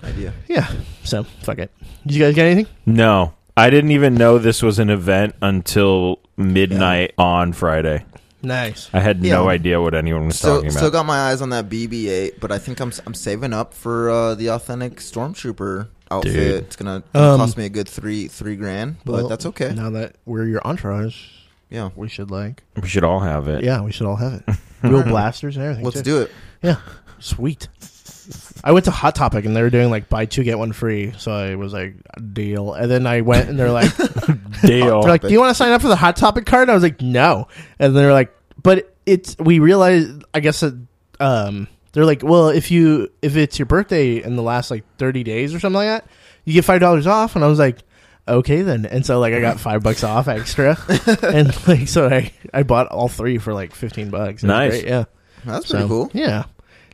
idea. Yeah. So, fuck it. Did you guys get anything? No, I didn't even know this was an event until midnight on Friday. Nice. I had Yeah. no idea what anyone was Still, talking about. still got my eyes on that BB-8, but I think I'm s- I'm saving up for uh, the authentic stormtrooper outfit. Dude. It's gonna, gonna Um, cost me a good three three grand, but Well, that's okay. Now that we're your entourage, Yeah, we should like we should all have it. Yeah, we should all have it. Real blasters and everything. let's do it. Yeah. Sweet. I went to Hot Topic and they were doing like buy two get one free, so I was like deal. And then I went and they're like Dale. They're like, "Do you want to sign up for the Hot Topic card?" And I was like, "No." And they're like, "But it's we realized, I guess that um, they're like, well, if you if it's your birthday in the last like thirty days or something like that, you get five dollars off." And I was like, "Okay then." And so like I got five bucks off extra, and like so I I bought all three for like fifteen bucks. It was Nice. great, yeah. That's so pretty cool. yeah.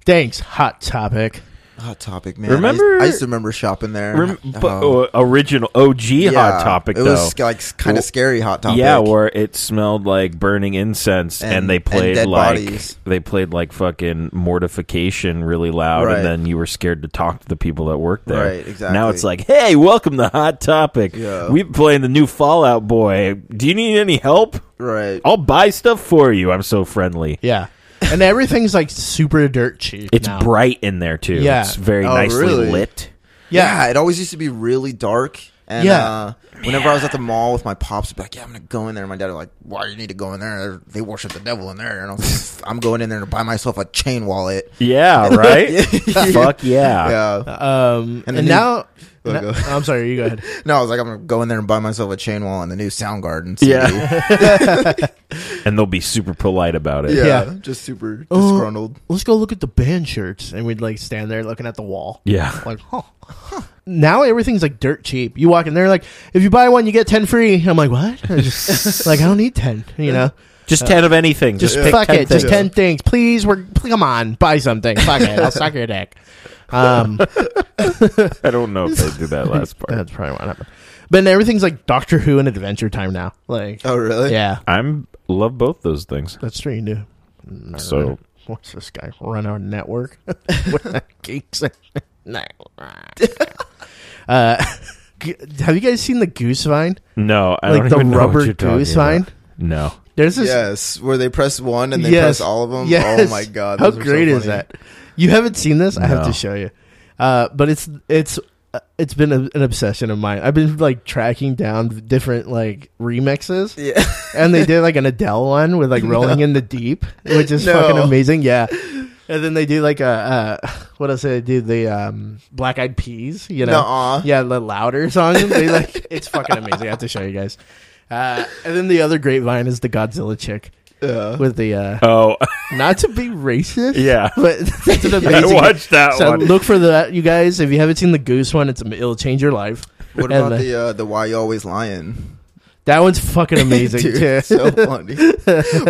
Thanks, Hot Topic. Hot topic, man. I Remember- used, I used to remember shopping there. Rem- but, Um, uh, original OG yeah, Hot Topic It though. was like kind Well, of scary. Hot topic. Yeah, where it smelled like burning incense, and, And- they and played dead like bodies. they played like fucking mortification really loud, Right. and then you were scared to talk to the people that worked there. Right, exactly. Now it's like, hey, welcome to Hot Topic. Yeah. We've been playing the new Fallout Boy. Do you need any help? right. oh, I'll buy stuff for you. I'm so friendly. Yeah, and everything's like super dirt cheap. It's now. bright in there too. Yeah. It's very Oh, nicely really? lit. Yeah. Yeah. it always used to be really dark. And Yeah. uh, whenever I was at the mall with my pops, I'd be like, "Yeah, I'm gonna go in there." My dad was like, "Why you need to go in there? They're- They worship the devil in there." And I was like, "I'm going in there to buy myself a chain wallet." Yeah, right? Fuck Ah. yeah. Yeah. Um, and, And the new- now, Oh, no- go. I'm sorry, you go ahead. No, I was like, "I'm gonna go in there and buy myself a chain wallet and the new Soundgarden." CD. Yeah. And they'll be super polite about it. yeah, Yeah. Just super Oh. disgruntled. Let's go look at the band shirts, and we'd like stand there looking at the wall. Yeah. Like, huh. Now everything's like dirt cheap. You walk in there, like, if you buy one, you get ten free. I'm like, what? I just, like, I don't need ten. You know, Just 10 of anything. Just, just pick Uh, fuck 10 it. things. Just ten things, please. We're pl- come on, buy something. Fuck it, I'll suck your dick. Um, I don't know if they did that last part. that's probably what happened. But then everything's like Doctor Who and Adventure Time now. Like, Oh, really? yeah, I'm love both those things. that's true. You do. So what's this guy run our network? Geeks Network. uh, g- have you guys seen the Goose Vine? No, I like don't the even know what rubber you're talking goose about. vine. No, There's this. yes, where they press one and they Yes. press all of them. Yes. Oh my god, How those are so great is funny. that? You haven't seen this? I have No. to show you. Uh, but it's it's uh, it's been a, an obsession of mine. I've been like tracking down different like remixes, Yeah, and they did like an Adele one with like "Rolling in the Deep," which is No. fucking amazing. Yeah. And then they do like a uh, what else did they do? The um, Black Eyed Peas, you know? Nuh-uh. Yeah, the louder song. They like it's fucking amazing. I have to show you guys. Uh, and then the other grapevine is the Godzilla chick Yeah. with the uh, oh not to be racist. Yeah. but that's an I amazing. watched that so one. look for that, you guys. If you haven't seen the Goose one, it's it'll change your life. What And, about uh, the uh, the why you always lying? That one's fucking amazing Dude, too. it's so funny.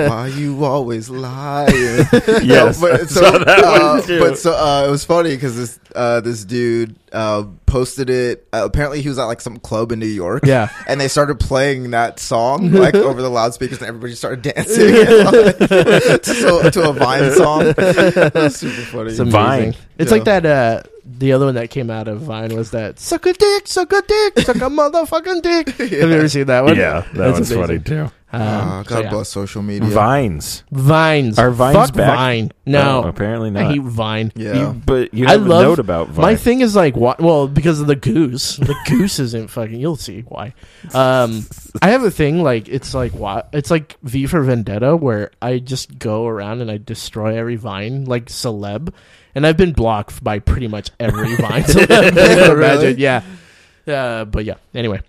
why you always lying? Yes, No, I but so, saw that uh, one too. but so uh, it was funny because this uh, this dude uh, posted it. Uh, apparently, he was at like some club in New York. Yeah. and they started playing that song like over the loudspeakers, and everybody started dancing like, to, to a Vine song. It was super funny. It's amazing. Vine. It's Yeah. like that. Uh, the other one that came out of Vine was that suck a dick, suck a dick, suck a motherfucking dick. Have you ever seen that one? yeah, that That's one's funny amazing. too. Um, Ah, so God yeah. bless social media. Vines. Vines. Are Vines Fuck back? Vine. No, Oh, apparently I not. hate Vine. Yeah. You- but you I have love- a note about Vine. My thing is like, why, well, because of the goose. The goose isn't fucking. You'll see why. Um, I have a thing like it's like why it's like V for Vendetta, where I just go around and I destroy every Vine like celeb, and I've been blocked by pretty much every Vine celeb. you can Imagine, Really? yeah. Uh, but yeah. Anyway,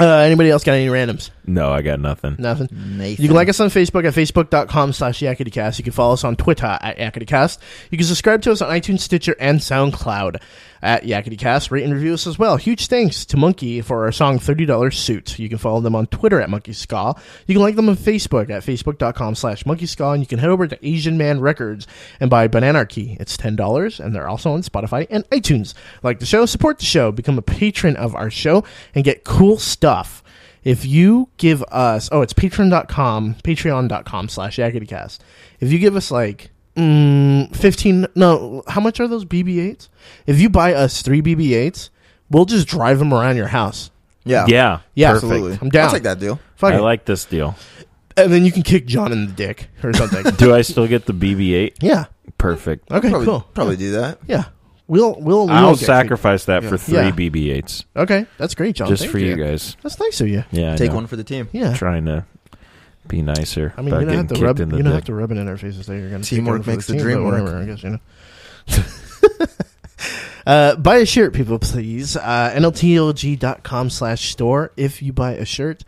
uh, anybody else got any randoms? no, I got nothing. Nothing. Nathan. You can like us on Facebook at facebook.com slash yakitycast. You can follow us on Twitter at yakitycast. You can subscribe to us on iTunes, Stitcher, and SoundCloud at yakitycast. Rate and review us as well. Huge thanks to Monkey for our song $30 Suit. You can follow them on Twitter at Monkey Ska. You can like them on Facebook at facebook.com slash Monkey Ska. And you can head over to Asian Man Records and buy Bananarchy. It's $10, and they're also on Spotify and iTunes. Like the show, support the show, become a patron of our show, and get cool stuff. If you give us, oh, it's patreon.com, patreon.com slash yakitycast. If you give us like mm, 15, no, how much are those BB8s? If you buy us three BB8s, we'll just drive them around your house. Yeah. Yeah, Yeah, perfect. Absolutely. I'm down. I'll take that deal. Fuck I it. like this deal. and then you can kick John in the dick or something. Do I still get the BB-8? yeah. Perfect. Okay, Probably, cool. probably do that. Yeah. We'll, we'll, we'll I'll get- sacrifice that for three Yeah. BB-8s Okay. That's great, John. just Thank for you guys. That's nice of you. Yeah, I Take know. one for the team. Yeah. Trying to be nicer. I mean, about you don't have getting to kicked rub. You in the don't dick. have to rub it in our faces. That you're going to Teamwork makes the dream work. Whatever, I guess you know. uh, buy a shirt, people, please. Uh, NLTLG.com slash store. If you buy a shirt,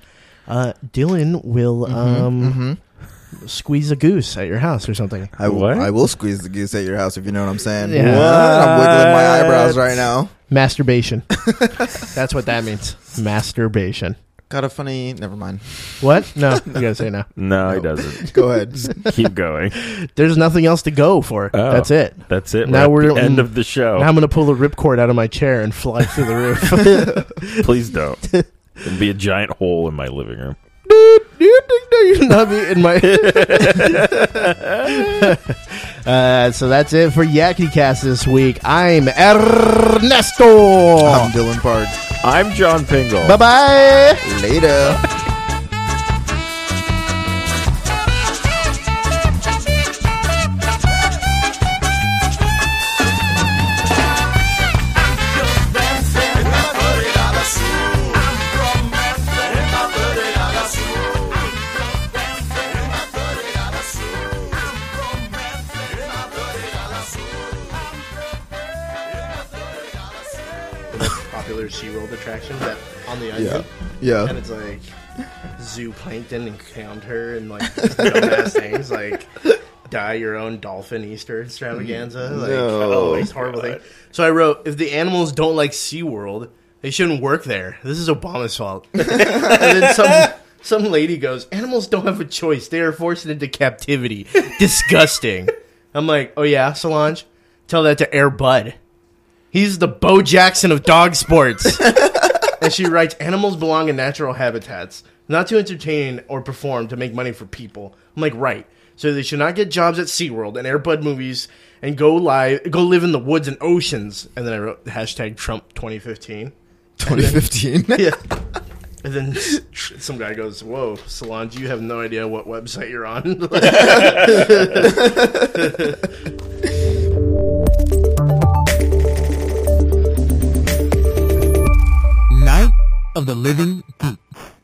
uh, Dylan will um, hmm squeeze a goose at your house or something. I will, What? I will squeeze the goose at your house if you know what I'm saying. Yeah. What? I'm wiggling my What? eyebrows right now. Masturbation. That's what that means. Masturbation. Got a funny. Never mind. What? No, you gotta say no. No, he doesn't. Go ahead. Keep going. There's nothing else to go for. Oh. That's it. That's it. Now Now we're, at we're- the end of the show. Now I'm gonna pull the ripcord out of my chair and fly through the roof. Please don't. It'd be a giant hole in my living room. you think that you're not be in my. uh, so that's it for Yakety Cast this week. I'm Ernesto. I'm Dylan Parks. I'm John Pingle. bye bye. Later. Popular Sea World attraction that on the Yeah. Yeah. and it's like zooplankton and count her and like dumbass things like dye your own dolphin Easter extravaganza. Like No. oh, these horrible things. So I wrote, if the animals don't like SeaWorld, they shouldn't work there. This is Obama's fault. and then some some lady goes, Animals don't have a choice. They are forced into captivity. Disgusting. I'm like, Oh yeah, Solange? Tell that to Air Bud. He's the Bo Jackson of dog sports. and she writes, "Animals belong in natural habitats, not to entertain or perform to make money for people." I'm like, right. So they should not get jobs at SeaWorld and Airbud movies and go live go live in the woods and oceans. And then I wrote hashtag Trump twenty fifteen. 2015. Yeah. And then some guy goes, "Whoa, Solange, you have no idea what website you're on." Night of the Living Poop.